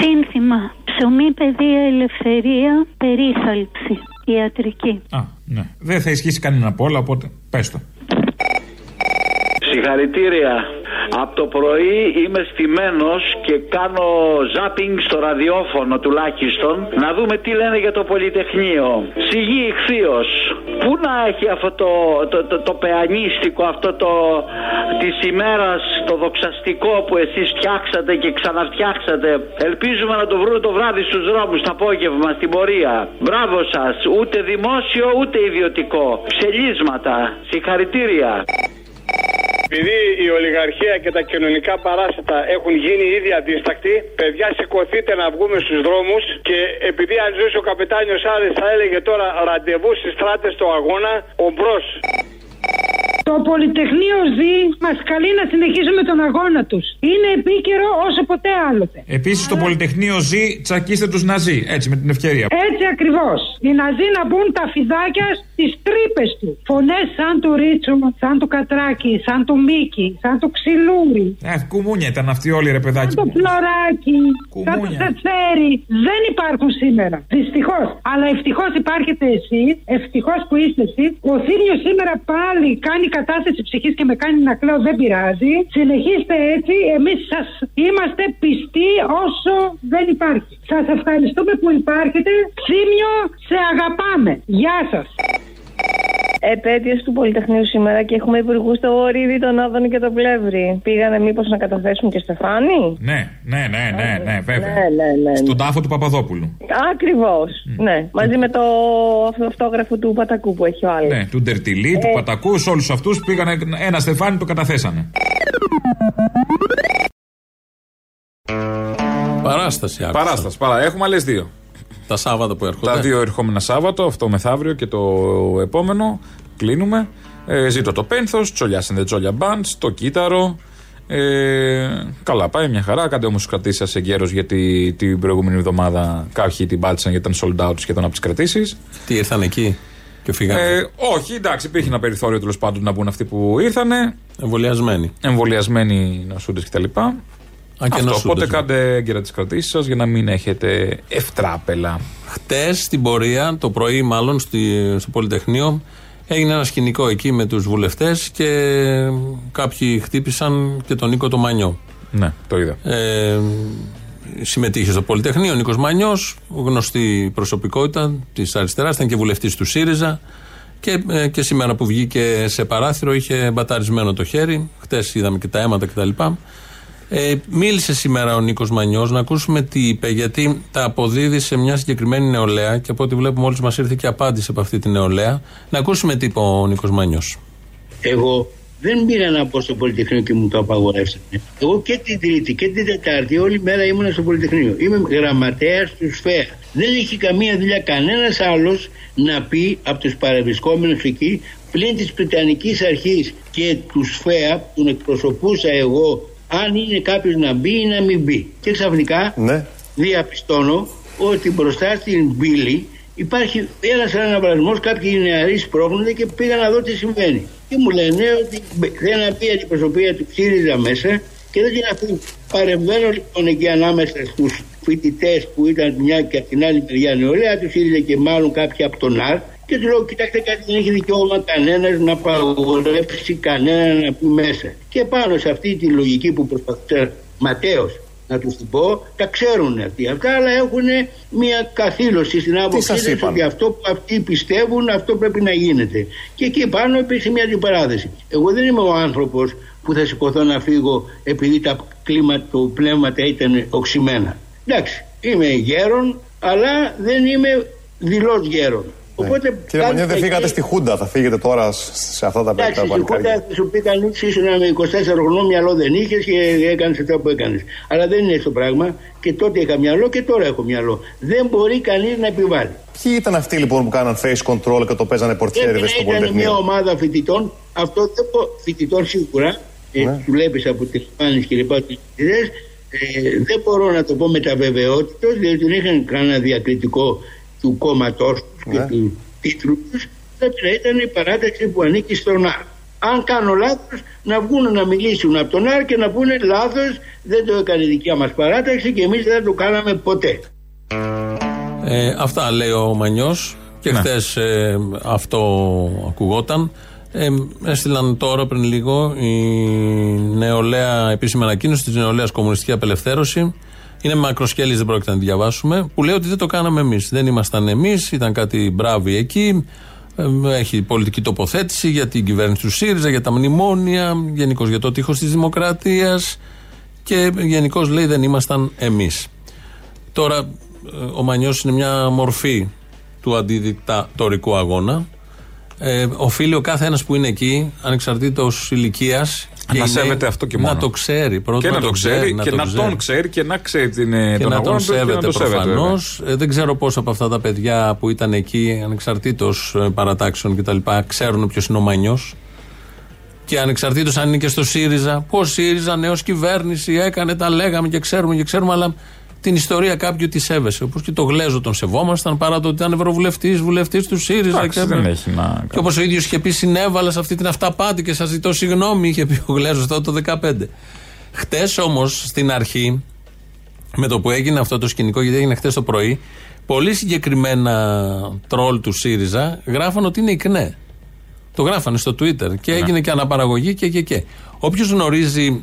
Σύνθημα. Ψωμί, παιδεία, ελευθερία, περίθαλψη. Ιατρική.
Ναι. Δεν θα ισχύσει κανένα από όλα, οπότε πες το.
Συγχαρητήρια. Από το πρωί είμαι στημένος και κάνω ζάπινγκ στο ραδιόφωνο τουλάχιστον να δούμε τι λένε για το Πολυτεχνείο. Σιγή ηχθείως. Πού να έχει αυτό το, το, το, το πεανίστικο, αυτό το της ημέρας, το δοξαστικό που εσείς φτιάξατε και ξαναφτιάξατε. Ελπίζουμε να το βρούμε το βράδυ στους δρόμους, το απόγευμα, στην πορεία. Μπράβο σας. Ούτε δημόσιο, ούτε ιδιωτικό. Ψελίσματα. Συγχαρητήρια.
Επειδή η ολιγαρχία και τα κοινωνικά παράσιτα έχουν γίνει ήδη αντίστακτοι, παιδιά σηκωθείτε να βγούμε στους δρόμους και επειδή αν ζούσε ο καπετάνιος Άρης θα έλεγε τώρα ραντεβού στις στράτες στο αγώνα, ο Μπρος.
Το Πολυτεχνείο ζει, μας καλεί να συνεχίζουμε τον αγώνα τους. Είναι επίκαιρο όσο ποτέ άλλοτε.
Επίσης το Πολυτεχνείο ζει, τσακίστε τους Ναζί. Έτσι με την ευκαιρία.
Έτσι ακριβώς. Οι Ναζί να μπουν τα φιδάκια τι τρύπες του. Φωνές σαν του Ρίτσο, σαν του Κατράκη, σαν του Μίκη, σαν του Ξυλούρι.
Ε, κουμούνια ήταν αυτοί όλοι ρε παιδάκι.
Το
μου.
φλωράκι, θα το σεφέρι. Δεν υπάρχουν σήμερα. Δυστυχώς. Αλλά ευτυχώς υπάρχετε εσεί. Ευτυχώς που είστε εσείς. Ο Θήμιος σήμερα πάλι κάνει κατάσταση ψυχής και με κάνει να κλαίω. Δεν πειράζει. Συνεχίστε έτσι. Εμείς σας είμαστε πιστοί όσο δεν υπάρχει. Σας ευχαριστούμε που υπάρχετε. Θήμιο, σε αγαπάμε. Γεια σας.
Επέτειο του Πολυτεχνείου σήμερα και έχουμε υπουργούς στο Ορίδη, τον Άδωνη και τον Πλεύρη. Πήγανε μήπως να καταθέσουν και Στεφάνη.
Ναι, ναι, ναι, ναι, ναι, βέβαια.
Ναι, ναι, ναι.
Στον τάφο του Παπαδόπουλου.
Ακριβώς. Ναι, μαζί με το αυτόγραφο του Πατακού που έχει ο άλλος.
Ναι, του Ντερτιλί,
Ε.
του Πατακού, σε όλους αυτούς πήγανε ένα στεφάνι, το καταθέσανε.
Παράσταση. άκουσα.
Παράσταση, παρά. Έχουμε άλλες δύο.
Τα Σάββατα που έρχονται.
Τα δύο ερχόμενα Σάββατο, αυτό μεθαύριο και το επόμενο. Κλείνουμε. Ε, ζήτω το πένθος, τσολιά in the τσόλια μπαντ, το κύτταρο. Ε, καλά, πάει μια χαρά. Κάντε όμως κρατήσεις σας εγκαίρως γιατί την προηγούμενη εβδομάδα κάποιοι την πάτησαν γιατί ήταν sold out σχεδόν από τις κρατήσεις.
Τι ήρθαν εκεί και φύγανε.
Ε, όχι, εντάξει, υπήρχε ένα περιθώριο τέλος πάντων να μπουν αυτοί που ήρθανε.
Εμβολιασμένοι.
Εμβολιασμένοι νοσούντες κτλ.
Αν και
Αυτό,
νοσούντες,
οπότε
ναι.
κάντε έγκαιρα τις κρατήσεις σας για να μην έχετε ευτράπελα.
Χτες στην πορεία, το πρωί μάλλον στη, στο Πολυτεχνείο, έγινε ένα σκηνικό εκεί με τους βουλευτές και κάποιοι χτύπησαν και τον Νίκο το Μανιό.
Ναι, το είδα.
Ε, συμμετείχε στο Πολυτεχνείο ο Νίκος Μανιός, γνωστή προσωπικότητα της αριστεράς, ήταν και βουλευτής του ΣΥΡΙΖΑ. Και, ε, και σήμερα που βγήκε σε παράθυρο είχε μπαταρισμένο το χέρι. Χτες είδαμε και τα αίματα κτλ. Ε, μίλησε σήμερα ο Νίκος Μανιός να ακούσουμε τι είπε, γιατί τα αποδίδει σε μια συγκεκριμένη νεολαία και από ό,τι βλέπουμε όλες μας ήρθε και απάντηση από αυτή τη νεολαία. Να ακούσουμε τι είπε ο Νίκος Μανιός.
Εγώ δεν πήρα να πω στο Πολυτεχνείο και μου το απαγορεύσανε. Εγώ και την Τρίτη και την Τετάρτη όλη μέρα ήμουνα στο Πολυτεχνείο. Είμαι γραμματέας του ΣΦΕΑ. Δεν έχει καμία δουλειά κανένας άλλος να πει από τους παρευρισκόμενους εκεί πλην της Πριτανικής Αρχής και του ΣΦΕΑ που τον εκπροσωπούσα εγώ αν είναι κάποιος να μπει ή να μην μπει. Και ξαφνικά διαπιστώνω ότι μπροστά στην πύλη υπάρχει ένας αναβρασμός. Κάποιοι νεαροί σπρώχνονται και πήγα να δω τι συμβαίνει. Και μου λένε ότι θέλει να πει αντιπροσωπεία του ΣΥΡΙΖΑ μέσα και δεν την αφήνει. Παρεμβαίνω λοιπόν εκεί ανάμεσα στους φοιτητές που ήταν μια και από την άλλη μεριά νεολαία του ΣΥΡΙΖΑ και μάλλον κάποιοι από τον ΑΡ. Και του λέω: Κοιτάξτε, κάτι δεν έχει δικαίωμα κανένας να απαγορεύσει κανένα να πει μέσα. Και πάνω σε αυτή τη λογική που προσπαθούσε Ματέο να τους την πω, τα ξέρουν αυτοί αυτά, αλλά έχουν μια καθήλωση στην άποψή
σας
τους
είπαν?
ότι αυτό που αυτοί πιστεύουν, αυτό πρέπει να γίνεται. Και εκεί πάνω υπήρξε μια αντιπαράθεση. Εγώ δεν είμαι ο άνθρωπος που θα σηκωθώ να φύγω επειδή τα κλίμα, το πνεύματα ήταν οξυμένα. Εντάξει, είμαι γέρον, αλλά δεν είμαι δηλώ γέρον. Οπότε
Ναι. Κύριε Μανιό, δεν
κάντε
φύγατε
εκεί-
στη Χούντα. Θα φύγετε τώρα σ- σε αυτά τα
Εντάξει,
περίπτωση.
στην κούτα σου πει κανεί ήσουν με 24 χρονών μυαλό δεν είχες και έκανες αυτά που έκανες. Αλλά δεν είναι έτσι το πράγμα. Και τότε είχα μυαλό και τώρα έχω μυαλό. Δεν μπορεί κανείς να επιβάλλει.
Ποιοι ήταν αυτοί λοιπόν που κάναν face control και το παίζανε
Πρέπει
πορτιέριδε
να
στο
ήταν μια
Πολυτεχνείο.
ομάδα φοιτητών, αυτό δεν πω φοιτητών σίγουρα, ε,
Ναι.
του βλέπει από τις πάνε και λοιπά του φοιτητές, ε, δεν μπορώ να το πω με τα βεβαιότητα, διότι δεν είχαν κανένα διακριτικό του κόμματός του και
Ναι.
του τίτλου του. Πρέπει να ήταν η παράταξη που ανήκει στον ΑΡ. Αν κάνω λάθος, να βγουν να μιλήσουν από τον ΑΡ και να πούνε λάθος, δεν το έκανε η δικιά μας παράταξη και εμείς δεν το κάναμε ποτέ.
Ε, αυτά λέει ο Μανιός και ναι. χθες αυτό ακουγόταν. Ε, έστειλαν τώρα πριν λίγο η νεολαία επίσημη ανακοίνωση της νεολαίας Κομμουνιστική Απελευθέρωση. Είναι μακροσκέλης, δεν πρόκειται να τη διαβάσουμε. Που λέει ότι δεν το κάναμε εμείς. Δεν ήμασταν εμείς, ήταν κάτι μπράβοι εκεί. Ε, Έχει πολιτική τοποθέτηση για την κυβέρνηση του ΣΥΡΙΖΑ, για τα μνημόνια, γενικώς για το τείχος της Δημοκρατίας. Και γενικώς λέει δεν ήμασταν εμείς. Τώρα, ε, ο Μανιός είναι μια μορφή του αντιδικτατορικού αγώνα. Ε, οφείλει ο κάθε ένας που είναι εκεί, ανεξαρτήτως ηλικίας.
Να σέβεται αυτό και μόνο.
Να το ξέρει πρώτα.
και να
το
το ξέρει και να τον ξέρει και να ξέρει την, ε,
Και
τον
να
αγώνα
τον
του και να
σέβεται
το σέβεται,
προφανώ. δεν ξέρω πόσα από αυτά τα παιδιά που ήταν εκεί, ανεξαρτήτως παρατάξεων κτλ., ξέρουν ποιος είναι ο Μανιός. Και ανεξαρτήτως αν είναι και στο ΣΥΡΙΖΑ, πώς ΣΥΡΙΖΑ, νέος κυβέρνηση, έκανε, τα λέγαμε και ξέρουμε και ξέρουμε, αλλά την ιστορία κάποιου της σέβεσαι. Όπως και το Γλέζο τον σεβόμασταν παρά το ότι ήταν ευρωβουλευτής, βουλευτής του ΣΥΡΙΖΑ.
Εντάξει, δεν έχει να.
ναι. Και όπως ο ίδιος είχε πει, συνέβαλα σε αυτή την αυταπάτη και σας ζητώ συγγνώμη, είχε πει ο Γλέζος τότε το 2015. Χτες όμως στην αρχή, με το που έγινε αυτό το σκηνικό, γιατί έγινε χτες το πρωί, πολύ συγκεκριμένα τρόλ του ΣΥΡΙΖΑ γράφαν ότι είναι η ΚΝΕ. Το γράφανε στο Twitter και
Ναι.
έγινε και αναπαραγωγή και και και. Όποιος γνωρίζει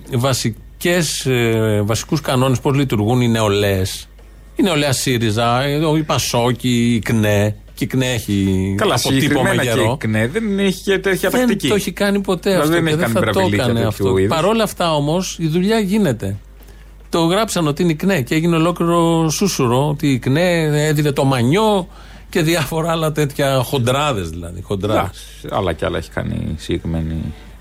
βασικές, ε, βασικούς κανόνες πώς λειτουργούν οι νεολαίες, η νεολαία ΣΥΡΙΖΑ, ε, ο- η Πασόκη, η ΚΝΕ, και η ΚΝΕ έχει
Καλά,
αποτύπωμα
συγκεκριμένα και
καιρό.
η ΚΝΕ δεν είχε τέτοια
Δεν
τακτική.
το έχει κάνει ποτέ
Δηλαδή
αυτό
δεν
και
έχει
δεν
κάνει
θα το
μπραβελίκια
έκανε
τέτοιου
αυτό.
είδους.
Παρ' όλα αυτά όμως η δουλειά γίνεται. Το γράψαν ότι είναι η ΚΝΕ και έγινε ολόκληρο σούσουρο ότι η ΚΝΕ έδινε το μανιό και διάφορα άλλα τέτοια χοντράδες δηλαδή. Χοντράδες.
Εντάξει, άλλα κι άλλα έχει κάνει η συγκεκριμένη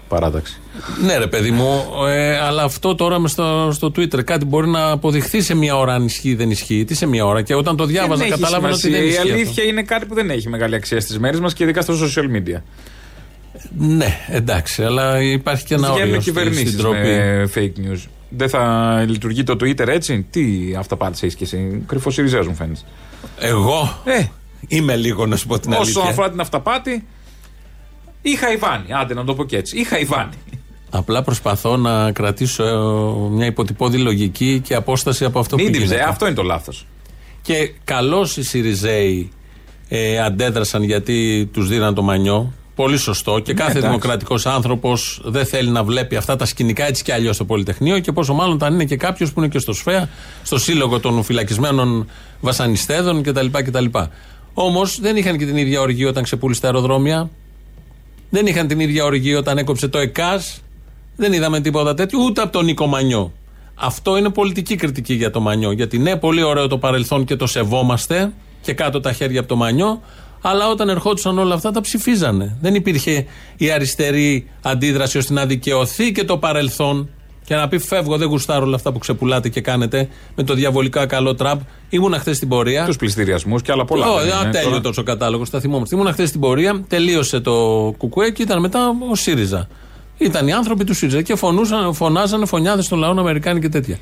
παράταξη.
Ναι, ρε παιδί μου, ε, αλλά αυτό τώρα με στο, στο Twitter κάτι μπορεί να αποδειχθεί σε μία ώρα αν ισχύει ή δεν ισχύει. Τι σε μία ώρα. Και όταν το διάβαζα,
Δεν έχει
κατάλαβα ότι
σημασία.
δεν ισχύει. αυτό.
Η αλήθεια είναι κάτι που δεν έχει μεγάλη αξία στις μέρες μας και ειδικά στα social media.
Ναι, εντάξει, αλλά υπάρχει και ένα
Βγαίνουν ναι.
όριο στη-
κυβερνήσεις
στην τροπή.
με fake news. Δεν θα λειτουργεί το Twitter έτσι. Τι αυταπάτησε έχεις και εσύ. Κρυφός Σιριζέο μου φαίνεται.
Εγώ
ε,
είμαι λίγο να σου πω την
Όσον
αλήθεια.
αφορά την αυταπάτη, είχα Ιβάνη. Άντε να το πω και έτσι. Είχα Ιβάνη.
Απλά προσπαθώ να κρατήσω ε, μια υποτυπώδη λογική και απόσταση από αυτό
Μην
που
την ψε,
γίνεται.
αυτό είναι το λάθος.
Και καλώς οι Σιριζέοι ε, αντέδρασαν γιατί τους δίναν το μανιό. Πολύ σωστό. Και κάθε
Ναι, εντάξει.
δημοκρατικός άνθρωπος δεν θέλει να βλέπει αυτά τα σκηνικά έτσι κι αλλιώς στο Πολυτεχνείο. Και πόσο μάλλον όταν είναι και κάποιος που είναι και στο ΣΦΕΑ, στο Σύλλογο των Φυλακισμένων Βασανιστέδων κτλ. κτλ. Όμως δεν είχαν και την ίδια οργή όταν ξεπούλησε τα αεροδρόμια. Δεν είχαν την ίδια οργή όταν έκοψε το ΕΚΑΣ. Δεν είδαμε τίποτα τέτοιο ούτε από τον Νίκο Μανιό. Αυτό είναι πολιτική κριτική για το Μανιό. Γιατί ναι, πολύ ωραίο το παρελθόν και το σεβόμαστε και κάτω τα χέρια από το Μανιό. Αλλά όταν ερχόντουσαν όλα αυτά τα ψηφίζανε. Δεν υπήρχε η αριστερή αντίδραση ώστε να δικαιωθεί και το παρελθόν και να πει φεύγω, δεν γουστάρω όλα αυτά που ξεπουλάτε και κάνετε με το διαβολικά καλό Τραμπ. Ήμουνα χθες στην πορεία.
Τους πληστηριασμούς και άλλα πολλά.
Ω, ε,
δεν είναι, ε, τώρα.
ατέλειωτος ο κατάλογος, τα θυμόμαστε. Ήμουν χθες στην πορεία, τελείωσε το κουκουέ και ήταν μετά ο ΣΥΡΙΖΑ. Ήταν οι άνθρωποι του ΣΥΡΙΖΑ και φωνούσαν, φωνάζανε φωνιάδες των λαών Αμερικάνοι και τέτοια.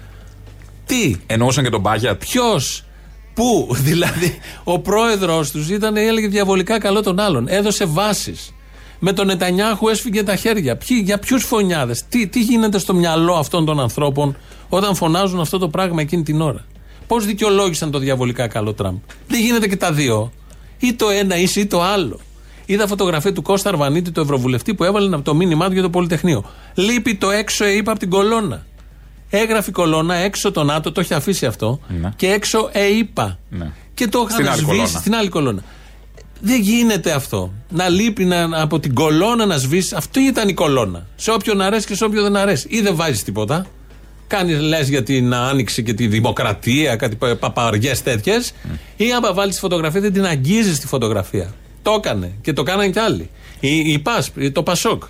Τι.
Εννοούσαν και τον Μπάγιατ.
Ποιος. Πού. Δηλαδή, ο πρόεδρος τους ήταν, έλεγε διαβολικά καλό τον άλλον. Έδωσε βάσεις. Με τον Νετανιάχου έσφυγε τα χέρια. Ποιοι, για ποιους φωνιάδες. Τι, τι γίνεται στο μυαλό αυτών των ανθρώπων όταν φωνάζουν αυτό το πράγμα εκείνη την ώρα. Πώς δικαιολόγησαν το διαβολικά καλό Τραμπ. Δεν γίνεται και τα δύο. Ή το ένα είσαι ή το άλλο. Είδα φωτογραφία του Κώστα Αρβανίτη, του Ευρωβουλευτή, που έβαλε από το μήνυμά του για το Πολυτεχνείο. Λείπει το έξω, ε, είπα από την κολόνα. Έγραφε η κολόνα έξω το ΝΑΤΟ, το έχει αφήσει αυτό. Και έξω ΕΙΠΑ.
Ναι.
Και το
Στην
είχαν
άλλη
σβήσει
κολόνα.
στην άλλη κολόνα. Δεν γίνεται αυτό. Να λείπει να, από την κολόνα να σβήσει. Αυτή ήταν η κολόνα. Σε όποιον αρέσει και σε όποιον δεν αρέσει. Ή δεν βάζεις τίποτα. Κάνεις λες για την άνοιξη και τη δημοκρατία, κάτι πα- παπαριές τέτοιες. Ή άμα βάλεις τη φωτογραφία, δεν την αγγίζεις τη φωτογραφία. Το έκανε και το κάνανε κι άλλοι. Η, η ΠΑΣ, το ΠΑΣΟΚ.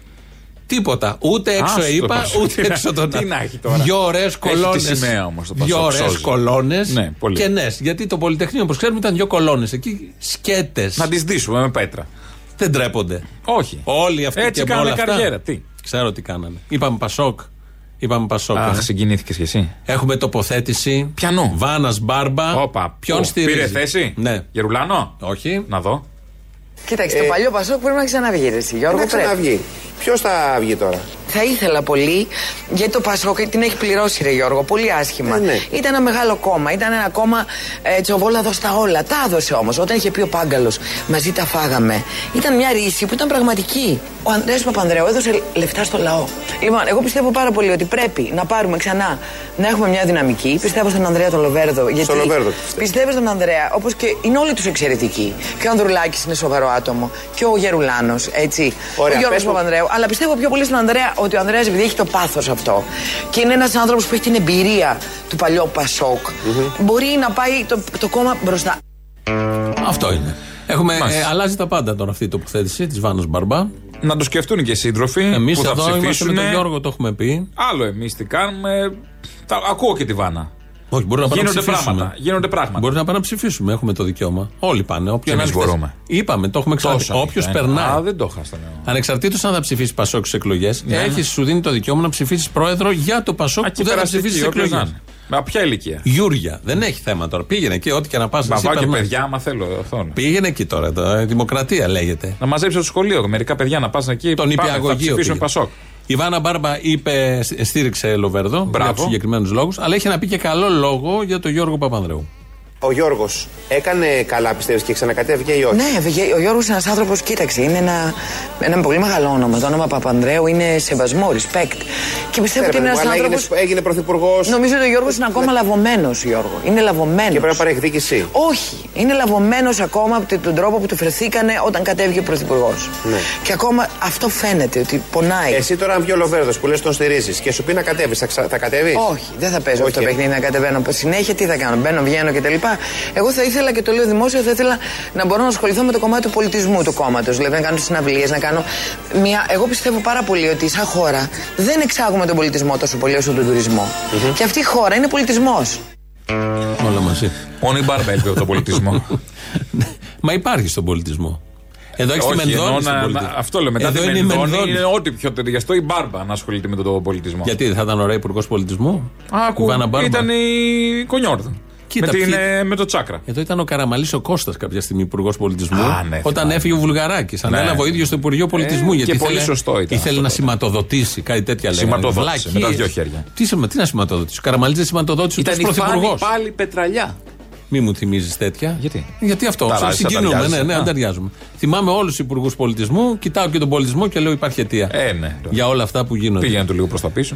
Τίποτα. Ούτε έξω
Άστο το
είπα,
Πασόκ.
ούτε
Τι να-
έξω τον
τι να έχει τώρα.
Δύο ωραίες
Έχει τη
κολόνες.
σημαία όμως το Πασόκ,
Δύο ωραίες
σώζει.
κολόνες.
Ναι, πολύ.
Και ναι, γιατί το Πολυτεχνείο, όπως ξέρουμε, ήταν δύο κολόνες. Εκεί σκέτες.
Να τις δείσουμε με πέτρα.
Δεν τρέπονται.
Όχι.
Όλοι αυτοί
Έτσι
και με
κάνανε
όλα αυτά.
καριέρα. Τι.
Ξέρω τι κάνανε. Είπαμε Πασόκ. Είπαμε Πασόκ.
Αχ,
ε.
συγκινήθηκες κι εσύ.
Έχουμε τοποθέτηση. Πιανού. Βάνας Μπάρμπα. Ποιον
Πού,
στηρίζει.
Πήρε θέση.
Ναι.
Γερουλάνο.
Όχι.
Να δω.
Κοιτάξτε, το παλιό Πασόκ πρέπει να ξαναβγεί, ρε, εσύ, Γιώργο.
Ε, Να
πρέπει.
ξαναβγεί. Ποιος θα βγει τώρα.
Θα ήθελα πολύ, γιατί το Πασόκ την έχει πληρώσει, ρε Γιώργο, πολύ άσχημα.
Ε, ναι.
Ήταν ένα μεγάλο κόμμα, ήταν ένα κόμμα ε, τσοβόλαδος στα όλα. Τα έδωσε όμως. Όταν είχε πει ο Πάγκαλος, μαζί τα φάγαμε. Ήταν μια ρίση που ήταν πραγματική. Ο Ανδρέας Παπανδρέου έδωσε λεφτά στο λαό. Λοιπόν, εγώ πιστεύω πάρα πολύ ότι πρέπει να πάρουμε ξανά να έχουμε μια δυναμική. Πιστεύω στον Ανδρέα τον Λοβέρδο. Γιατί
Λοβέρδο.
Πιστεύω στον Ανδρέα, όπως και είναι όλοι τους εξαιρετικοί. Και ο Ανδρουλάκης είναι σοβαρό άτομο. Και ο Γερουλάνος, έτσι.
Ωραία,
ο Γιώργος
πες μου.
Παπανδρέου. Αλλά πιστεύω πιο πολύ στον Ανδρέα ότι ο Ανδρέας επειδή έχει το πάθος αυτό και είναι ένας άνθρωπος που έχει την εμπειρία του παλιού Πασόκ, μπορεί να πάει το, το κόμμα μπροστά.
Αυτό είναι. Έχουμε,
Μάλιστα.
ε, αλλάζει τα πάντα τώρα αυτή η τοποθέτηση της Βάνα Μπαρμπά.
Να το σκεφτούν και οι σύντροφοι
Εμείς
Ε, που θα
εδώ είμαστε με
ψηφίσουν.
τον Γιώργο, το έχουμε πει.
Άλλο εμείς τι κάνουμε. Τα, ακούω και τη Βάνα.
Όχι, μπορεί να πάμε να
Γίνονται
ψηφίσουμε.
πράγματα. Γίνονται πράγματα.
Μπορεί να πάμε να ψηφίσουμε. Έχουμε το δικαίωμα. Όλοι πάνε. Όποιος
εμείς
είναι χθες.
μπορούμε.
Είπαμε, το έχουμε
Τόσα
ξαναπεί. Όποιο
νύχτα, ε.
περνάει.
Α, δεν το χάσανε.
Ανεξαρτήτως αν θα ψηφίσει Πασόκ στις εκλογές,
Ναι.
έχεις σου δίνει το δικαίωμα να ψηφίσεις πρόεδρο για το Πασόκ που δεν θα
περαστική,
ψηφίσεις στις
όποιος
εκλογές.
να είναι. Μα ποια ηλικία.
Γιούρια. Δεν έχει θέμα τώρα. Πήγαινε εκεί, ό,τι και να πας.
Μπαμπά και παιδιά, άμα θέλω. Αυτό.
Πήγαινε εκεί τώρα. Το, ε, δημοκρατία λέγεται.
Να μαζέψει το σχολείο. Μερικά παιδιά να πας εκεί.
Τον είπε
Θα ψηφίσουν Πασόκ.
Η Βάνα Μπάρμπα είπε, στήριξε Λοβέρδο
Μπράβο.
για τους συγκεκριμένους λόγους, αλλά είχε να πει και καλό λόγο για τον Γιώργο Παπανδρέου.
Ο Γιώργος έκανε καλά, πιστεύεις, και ξανακατέβηκε ή όχι.
Ναι, βγε- ο Γιώργος είναι ένας άνθρωπος, κοίταξε, είναι ένα, ένα πολύ μεγάλο όνομα. Το όνομα Παπανδρέου είναι σεβασμό, respect. Και πιστεύω
Ναι,
ότι
ρε
είναι
παιδί
ένα
μου, αλλά
άνθρωπος.
έγινε- έγινε πρωθυπουργός.
Νομίζω ότι ο Γιώργος είναι ακόμα λαβωμένος, Γιώργο. Είναι λαβωμένος.
Και πρέπει να πάρει εκδίκηση.
Όχι, είναι λαβωμένος ακόμα από τε- τον τρόπο που του φερθήκανε όταν κατέβηκε ο Πρωθυπουργός.
Ναι.
Και ακόμα αυτό φαίνεται ότι πονάει.
Εσύ τώρα, αν βγει ο Λοβέρδος που λες τον στηρίζεις και σου πει να κατέβεις, θα, ξα... θα κατέβεις.
Όχι, δεν θα παίζω αυτό το παιχνίδι να κατεβαίνω. Συνέχεια τι θα κάνω, μπαίνω, βγαίνω κτλ. Εγώ θα ήθελα και το λέω δημόσια, θα ήθελα να μπορώ να ασχοληθώ με το κομμάτι του πολιτισμού του κόμματος. Δηλαδή να κάνω συναυλίες, να κάνω μια. Εγώ πιστεύω πάρα πολύ ότι σαν χώρα δεν εξάγουμε τον πολιτισμό τόσο πολύ όσο τον τουρισμο Και αυτή η χώρα είναι πολιτισμός.
Όλα μαζί.
Μόνο η Μπάρμπα έλπει από τον πολιτισμό.
Μα υπάρχει στον πολιτισμό. Εδώ έχεις τη
Όχι, εννοώ
Μενδόνη στον
να-
πολιτισμό.
να- Αυτό λέω. Μετά
Εδώ
τη
είναι η
Μενδόνη
Μενδόνη.
είναι ό,τι πιο ταιριαστό η Μπάρμπα να ασχολείται με τον το πολιτισμό.
Γιατί θα ήταν ωραία υπουργός πολιτισμού.
Άκου,
Η Βάνα Μπάρμπα.
ήταν η Κονιόρδο.
Κοίτα,
με, την,
ποιοι-
ε, με το τσάκρα.
Εδώ ήταν ο Καραμαλής ο Κώστας κάποια στιγμή υπουργός πολιτισμού.
Α, ναι,
όταν
θυμάμαι. Ναι. Ε,
έφυγε ο Βουλγαράκης. Ανέλαβε ο ίδιος το Υπουργείο Πολιτισμού.
και
γιατί
πολύ
ήθελε-
σωστό ήταν
Ήθελε να σηματοδοτήσει κάτι τέτοια λέγανε.
Σηματοδότησε,
Βλακίες.
με τα δυο χέρια.
Τι, σημα- τι να σηματοδοτήσεις. Ο Καραμαλής δεν σηματοδότησε
Ήταν
ούτε
η Φάνη
πρωθυπουργός.
πάλι πετραλιά.
Μη μου θυμίζεις τέτοια.
Γιατί?
Γιατί αυτό.
Ταράζεις, τα
Συγκινούμε, ναι,
ταιριάζεις.
ναι,
Α.
ανταριάζουμε. Θυμάμαι όλους τους υπουργούς πολιτισμού, κοιτάω και τον πολιτισμό και λέω υπάρχει αιτία.
Ε, ναι.
Για όλα αυτά που γίνονται.
Πήγαινε το λίγο προς τα πίσω.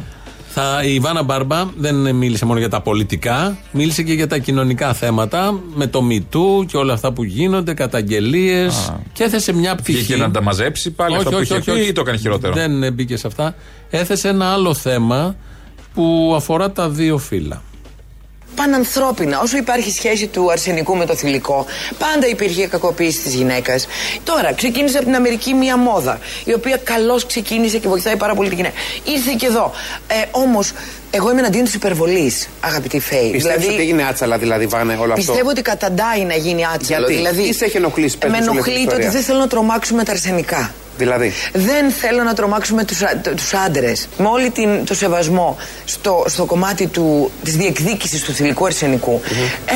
Θα, η Ιβάνα Μπάρμπα δεν μίλησε μόνο για τα πολιτικά, μίλησε και για τα κοινωνικά θέματα με το μητού και όλα αυτά που γίνονται, καταγγελίες. Και έθεσε μια πτυχή.
Βγήκε να τα μαζέψει πάλι αυτά που είχε πει ή το έκανε χειρότερο.
Δεν ε, μπήκε σε αυτά. Έθεσε ένα άλλο θέμα που αφορά τα δύο φύλλα.
Πανανθρώπινα, όσο υπάρχει σχέση του αρσενικού με το θηλυκό, πάντα υπήρχε κακοποίηση της γυναίκας. Τώρα, ξεκίνησε από την Αμερική μία μόδα, η οποία καλώς ξεκίνησε και βοηθάει πάρα πολύ τη γυναίκα. Ήρθε και εδώ. Ε, Όμως, εγώ είμαι εναντίον της υπερβολής, αγαπητή Φέη.
Πιστεύει ότι έγινε άτσαλα, δηλαδή, Βάνε, όλο αυτό.
Πιστεύω ότι καταντάει να γίνει άτσαλο.
Γιατί?
Δηλαδή,
Τι σε έχει ενοχλήσει, πες
με
μου, σε όλη αυτή την
ενοχλεί το ότι
ιστορία.
δεν θέλω να τρομάξουμε τα αρσενικά.
Δηλαδή.
Δεν θέλω να τρομάξουμε τους, α- τους άντρες. Με όλη την, το σεβασμό στο, στο κομμάτι του, της διεκδίκησης του θηλυκού αρσενικού.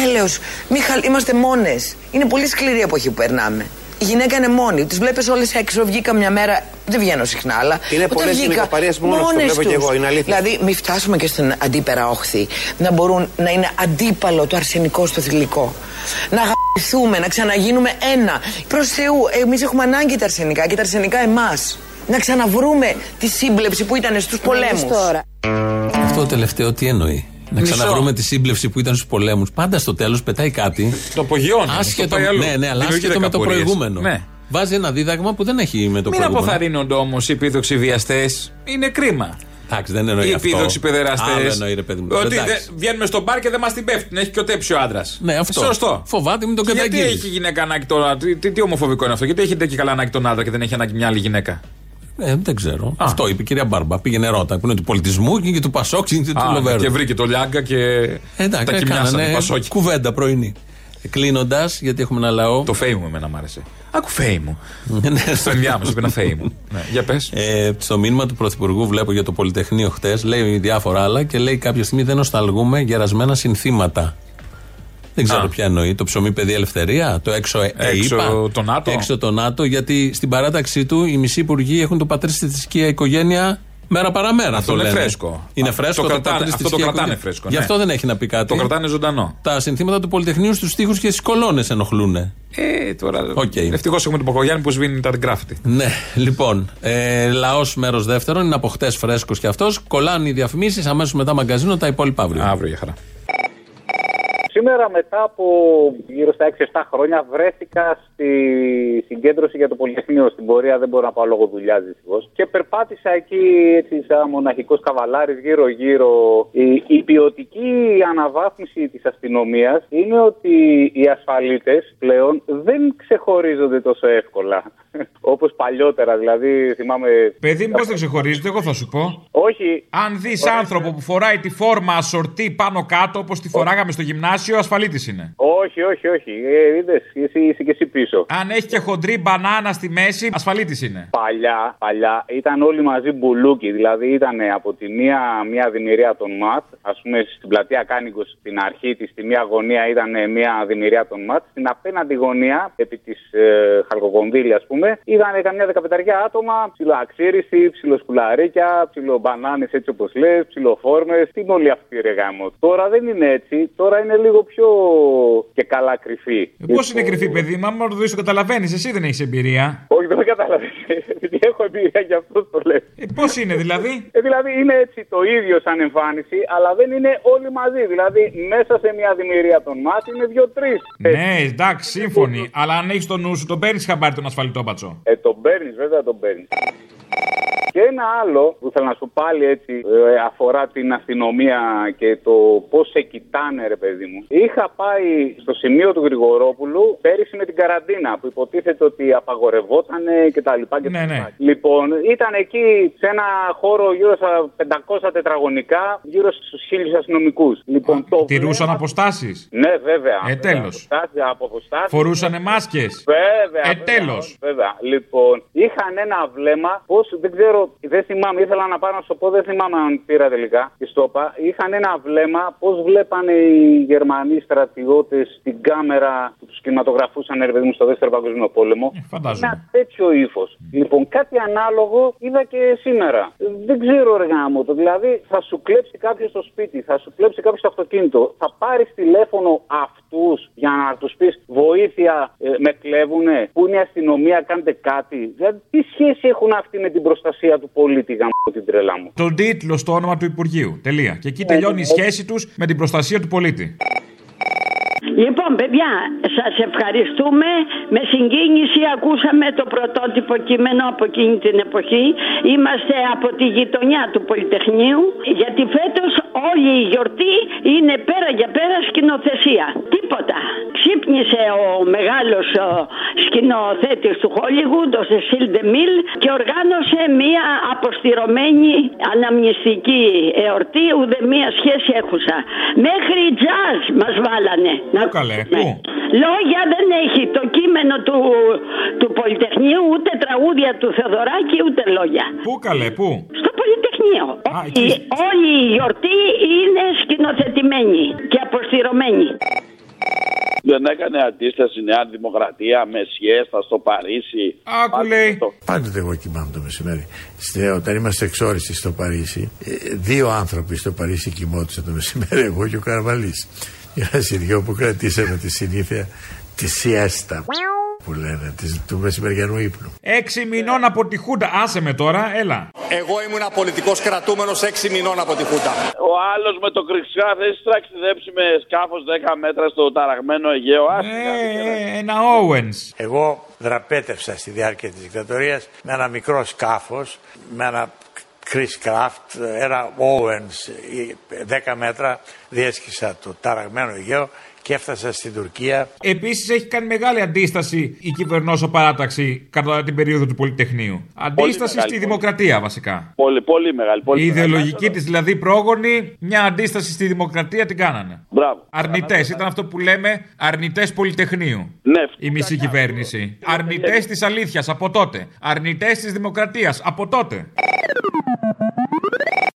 Έλεος, Μίχαλ, είμαστε μόνες. Είναι πολύ σκληρή η εποχή που περνάμε. Η γυναίκα είναι μόνη. Τις βλέπεις όλες έξω. Βγήκα μια μέρα. Δεν βγαίνω συχνά, αλλά.
Είναι
όταν
πολλές
βγήκα,
γυναικοπαρίες μόνος, το
μόνες
βλέπω και
τους.
εγώ, είναι αλήθεια.
Δηλαδή, μην φτάσουμε και στην αντίπερα όχθη. Να μπορούν να είναι αντίπαλο το αρσενικό στο θηλυκό. Να γαμπηθούμε, να ξαναγίνουμε ένα. Προς Θεού, εμείς έχουμε ανάγκη τα αρσενικά και τα αρσενικά εμάς. Να ξαναβρούμε τη σύμπλεψη που ήταν στους πολέμου.
τώρα.
Αυτό το τελευταίο τι εννοεί. Να
Μισό.
ξαναβρούμε τη σύμπλευση που ήταν στους πολέμους. Πάντα στο τέλος πετάει κάτι.
Το απογειώνει. το
Άσχετο,
Ναι, πάει αλλού.
ναι, ναι, αλλά
Δημιουργείται
άσχετο με το
καπορίες.
προηγούμενο.
Ναι.
Βάζει ένα δίδαγμα που δεν έχει με το
Μην
προηγούμενο.
αποθαρρύνονται όμως οι επίδοξοι βιαστές. Είναι κρίμα.
Εντάξει, δεν εννοεί
Οι
Ναι, αυτό.
επίδοξοι παιδεραστέ.
Άλλο εννοεί, ρε παιδί μου.
Ότι
Εντάξει.
δεν- βγαίνουμε στο μπαρ και δεν μας την πέφτουν. Έχει και ο τέψιο άντρας.
Ναι, αυτό.
Σωστό.
Φοβάται, μην τον
Και Γιατί
καταγγείλεις.
έχει η γυναίκα ανάγκη τον. Τι, τι, τι ομοφοβικό είναι αυτό, Γιατί έχετε και καλά ανάγκη τον άντρα και δεν έχει ανάγκη μια άλλη γυναίκα.
Ε, δεν ξέρω. Αυτό είπε η κυρία Μπάρμπα. Πήγαινε ρότα. Που είναι του πολιτισμού και του Πασόκ και του
Α,
Λοβέρδου.
και βρήκε το Λιάγκα και.
Ε, Εντάξει,
τα κοιμιάσανε οι
κάνανε ε,
Πασόκοι.
κουβέντα πρωινή. Κλείνοντας, γιατί έχουμε ένα λαό.
Το φέι μου εμένα μ' άρεσε. Άκου φέι μου.
Ναι.
Στο ενδιάμεσο είπε ένα φέι μου. Ναι, Για πες.
Ε, στο μήνυμα του Πρωθυπουργού, βλέπω για το Πολυτεχνείο χτες, λέει διάφορα άλλα και λέει κάποια στιγμή δεν νοσταλγούμε γερασμένα συνθήματα. Δεν ξέρω
Α.
ποια εννοεί. Το ψωμί παιδί ελευθερία, το έξω ε,
Έξω
ΕΥΠΑ,
το ΝΑΤΟ.
Έξω το ΝΑΤΟ, γιατί στην παράταξή του οι μισοί υπουργοί έχουν το πατρί τη θρησκεία οικογένεια μέρα παραμέρα.
Αυτό
το
είναι
λένε.
φρέσκο.
Είναι
Α,
φρέσκο
το
το,
κρατάνε-
πατρίς
αυτό
θρησκεία
το κρατάνε
οικογένεια.
φρέσκο,
Γι'
ναι.
αυτό δεν έχει να πει κάτι.
Το κρατάνε ζωντανό.
Τα συνθήματα του Πολυτεχνείου στους τοίχου και στις κολόνες ενοχλούν.
Ε, τώρα.
Οκ.
Ευτυχώς έχουμε τον Πακογιάννη που σβήνει τα γκράφτη.
Ναι, λοιπόν. Ε, Λαός μέρος δεύτερον, είναι από χτες φρέσκος κι αυτός. Κολλάνε οι διαφημίσεις, αμέσως μετά μαγκαζίνο, τα υπόλοιπα αύριο.
Αύριο για χαρά.
Σήμερα μετά από γύρω στα 6-7 χρόνια βρέθηκα στη συγκέντρωση για το Πολυτεχνείο στην πορεία, δεν μπορώ να πάω λόγω δουλειάς δυστυχώς. Και περπάτησα εκεί έτσι σαν μοναχικός καβαλάρης γύρω-γύρω. Η, η ποιοτική αναβάθμιση της αστυνομίας είναι ότι οι ασφαλίτες πλέον δεν ξεχωρίζονται τόσο εύκολα. Όπως παλιότερα, δηλαδή θυμάμαι.
Παιδί μου, πώς δεν ξεχωρίζετε, εγώ θα σου πω.
Όχι.
Αν δεις άνθρωπο που φοράει τη φόρμα ασορτή πάνω κάτω, όπως τη φοράγαμε στο γυμνάσιο, ασφαλίτης είναι.
Όχι, όχι, όχι. Ε, είδες, εσύ, είσαι και εσύ πίσω.
Αν έχει και χοντρή μπανάνα στη μέση, ασφαλίτης είναι.
Παλιά, παλιά ήταν όλοι μαζί μπουλούκι. Δηλαδή ήταν από τη μία μια δημιουργία των ΜΑΤ. Ας πούμε στην πλατεία Κάνικος στην αρχή της, στη μία γωνία ήταν μια δημιουργία των ΜΑΤ. Στην απέναντι γωνία, επί της ε, Χαρκοκομβίλη, ας πούμε, ήταν καμιά δεκαπενταριά άτομα. Ψιλοαξίριση, ψιλοσκουλαρίκια, ψιλομπανάνε έτσι όπως λες, ψιλοφόρμες. Τι είναι όλοι αυτοί ρε γάμο. Τώρα δεν είναι έτσι. Τώρα είναι λίγο πιο και καλά κρυφή.
Πώς Ε, είναι κρυφή, παιδί μου, άμα δεν το καταλαβαίνεις, εσύ δεν έχεις εμπειρία.
Όχι, δεν το κατάλαβε. Επειδή έχω εμπειρία γι' αυτό το λέω.
Πώ Ε, είναι δηλαδή.
Ε, δηλαδή είναι έτσι το ίδιο σαν εμφάνιση, αλλά δεν είναι όλοι μαζί. Δηλαδή μέσα σε μια δημιουργία των μάτων είναι δύο-τρει.
Ναι, εντάξει, σύμφωνοι. Αλλά αν έχεις το νου σου, τον παίρνεις χαμπάρι τον ασφαλιτόπατσο.
Ε, τον παίρνεις, βέβαια τον παίρνεις. Και ένα άλλο που θέλω να σου πάλι έτσι ε, αφορά την αστυνομία και το πώς σε κοιτάνε, ρε παιδί μου. Είχα πάει στο σημείο του Γρηγορόπουλου πέρυσι με την καραντίνα που υποτίθεται ότι απαγορευόταν και τα λοιπά. Και
Ναι, ναι.
Λοιπόν, ήταν εκεί σε ένα χώρο γύρω στα 500 τετραγωνικά, γύρω στους 1000 αστυνομικούς. Λοιπόν, το
Τηρούσαν αποστάσεις.
Ναι, βέβαια.
Ε, τέλος.
Αποστάσεις, αποστάσεις.
Φορούσαν μάσκες.
Βέβαια.
Ε,
βέβαια,
τέλος.
Βέβαια. Λοιπόν, είχαν ένα βλέμμα. Πώς δεν ξέρω, δεν θυμάμαι, ήθελα να πάω να σου πω, δεν θυμάμαι αν πήρα τελικά. Τη το είπα. Είχαν ένα βλέμμα πώς βλέπανε οι Γερμανοί στρατιώτες την κάμερα που τους κινηματογραφούσαν, ρε παιδί μου, στο δεύτερο παγκόσμιο πόλεμο.
Ε, Φαντάζομαι.
Ένα τέτοιο ύφος. Λοιπόν, κάτι ανάλογο είδα και σήμερα. Δεν ξέρω, ρε γάμο το. Δηλαδή, θα σου κλέψει κάποιος το σπίτι, θα σου κλέψει κάποιος το αυτοκίνητο, θα πάρεις τηλέφωνο αυτούς για να τους πεις βοήθεια, ε, με κλέβουνε, που είναι η αστυνομία, κάντε κάτι. Δηλαδή, τι σχέση έχουν αυτοί με την προστασία του πολίτη, γάμο την τρελά μου.
Τον τίτλο στο όνομα του Υπουργείου. Τελεία. Και εκεί τελειώνει η σχέση τους με την προστασία του πολίτη.
Λοιπόν, παιδιά, σας ευχαριστούμε. Με συγκίνηση ακούσαμε το πρωτότυπο κείμενο από εκείνη την εποχή. Είμαστε από τη γειτονιά του Πολυτεχνείου. Γιατί φέτος όλη η γιορτή είναι πέρα για πέρα σκηνοθεσία. Τίποτα. Ξύπνησε ο μεγάλος σκηνοθέτης του Χόλιγουντ, ο Σεσίλ Ντεμίλ, και οργάνωσε μία αποστηρωμένη αναμνηστική εορτή. Ουδε μία σχέση έχουσα. Μέχρι τζαζ μας βάλανε. Να
Καλέ, πού.
Λόγια δεν έχει το κείμενο του, του Πολυτεχνείου, ούτε τραγούδια του Θεοδωράκη, ούτε λόγια.
Πού καλέ, πού.
Στο Πολυτεχνείο.
Ε,
εκεί.
Η- όλη η γιορτή είναι σκηνοθετημένη και αποστηρωμένη.
Δεν έκανε αντίσταση η Νέα Δημοκρατία με σιέστα στο Παρίσι.
Άκου λέει.
Πάντοτε εγώ κοιμάμαι το μεσημέρι. Στε, όταν είμαστε εξόριστοι στο Παρίσι, ε, δύο άνθρωποι στο Παρίσι κοιμόντουσαν το μεσημέρι, εγώ και ο Καρβαλή. Ένα οι δυο που κρατήσαμε τη συνήθεια της σιέστα που λένε, της, του μεσημεριανού ύπνου.
Έξι μηνών από τη Χούντα. Άσε με τώρα, έλα.
Εγώ ήμουν πολιτικός κρατούμενος 6 μηνών από τη Χούντα.
Ο άλλος με το κρυξιά δεν έχει τραξιδέψει με σκάφος 10 μέτρα στο ταραγμένο Αιγαίο. Άστιγα.
Ε, Ένα Owens.
Εγώ δραπέτευσα στη διάρκεια της δικτατορίας με ένα μικρό σκάφος, με ένα Chris Craft, ένα Owens, ε, 10 μέτρα, διέσχισα το ταραγμένο Αιγαίο και έφτασα στην Τουρκία.
Επίσης έχει κάνει μεγάλη αντίσταση η κυβερνόσο παράταξη κατά την περίοδο του Πολυτεχνείου. Αντίσταση
μεγάλη,
στη
πολύ.
δημοκρατία βασικά.
Πολύ, πολύ μεγάλη. Πολύ
Η
μεγάλη.
ιδεολογική της δηλαδή πρόγονη, μια αντίσταση στη δημοκρατία την κάνανε.
Μπράβο.
Αρνητές, ήταν αυτό που λέμε αρνητές Πολυτεχνείου.
Ναι,
η μισή κυβέρνηση. Αρνητές της αλήθειας από τότε. Αρνητές της δημοκρατίας από τότε.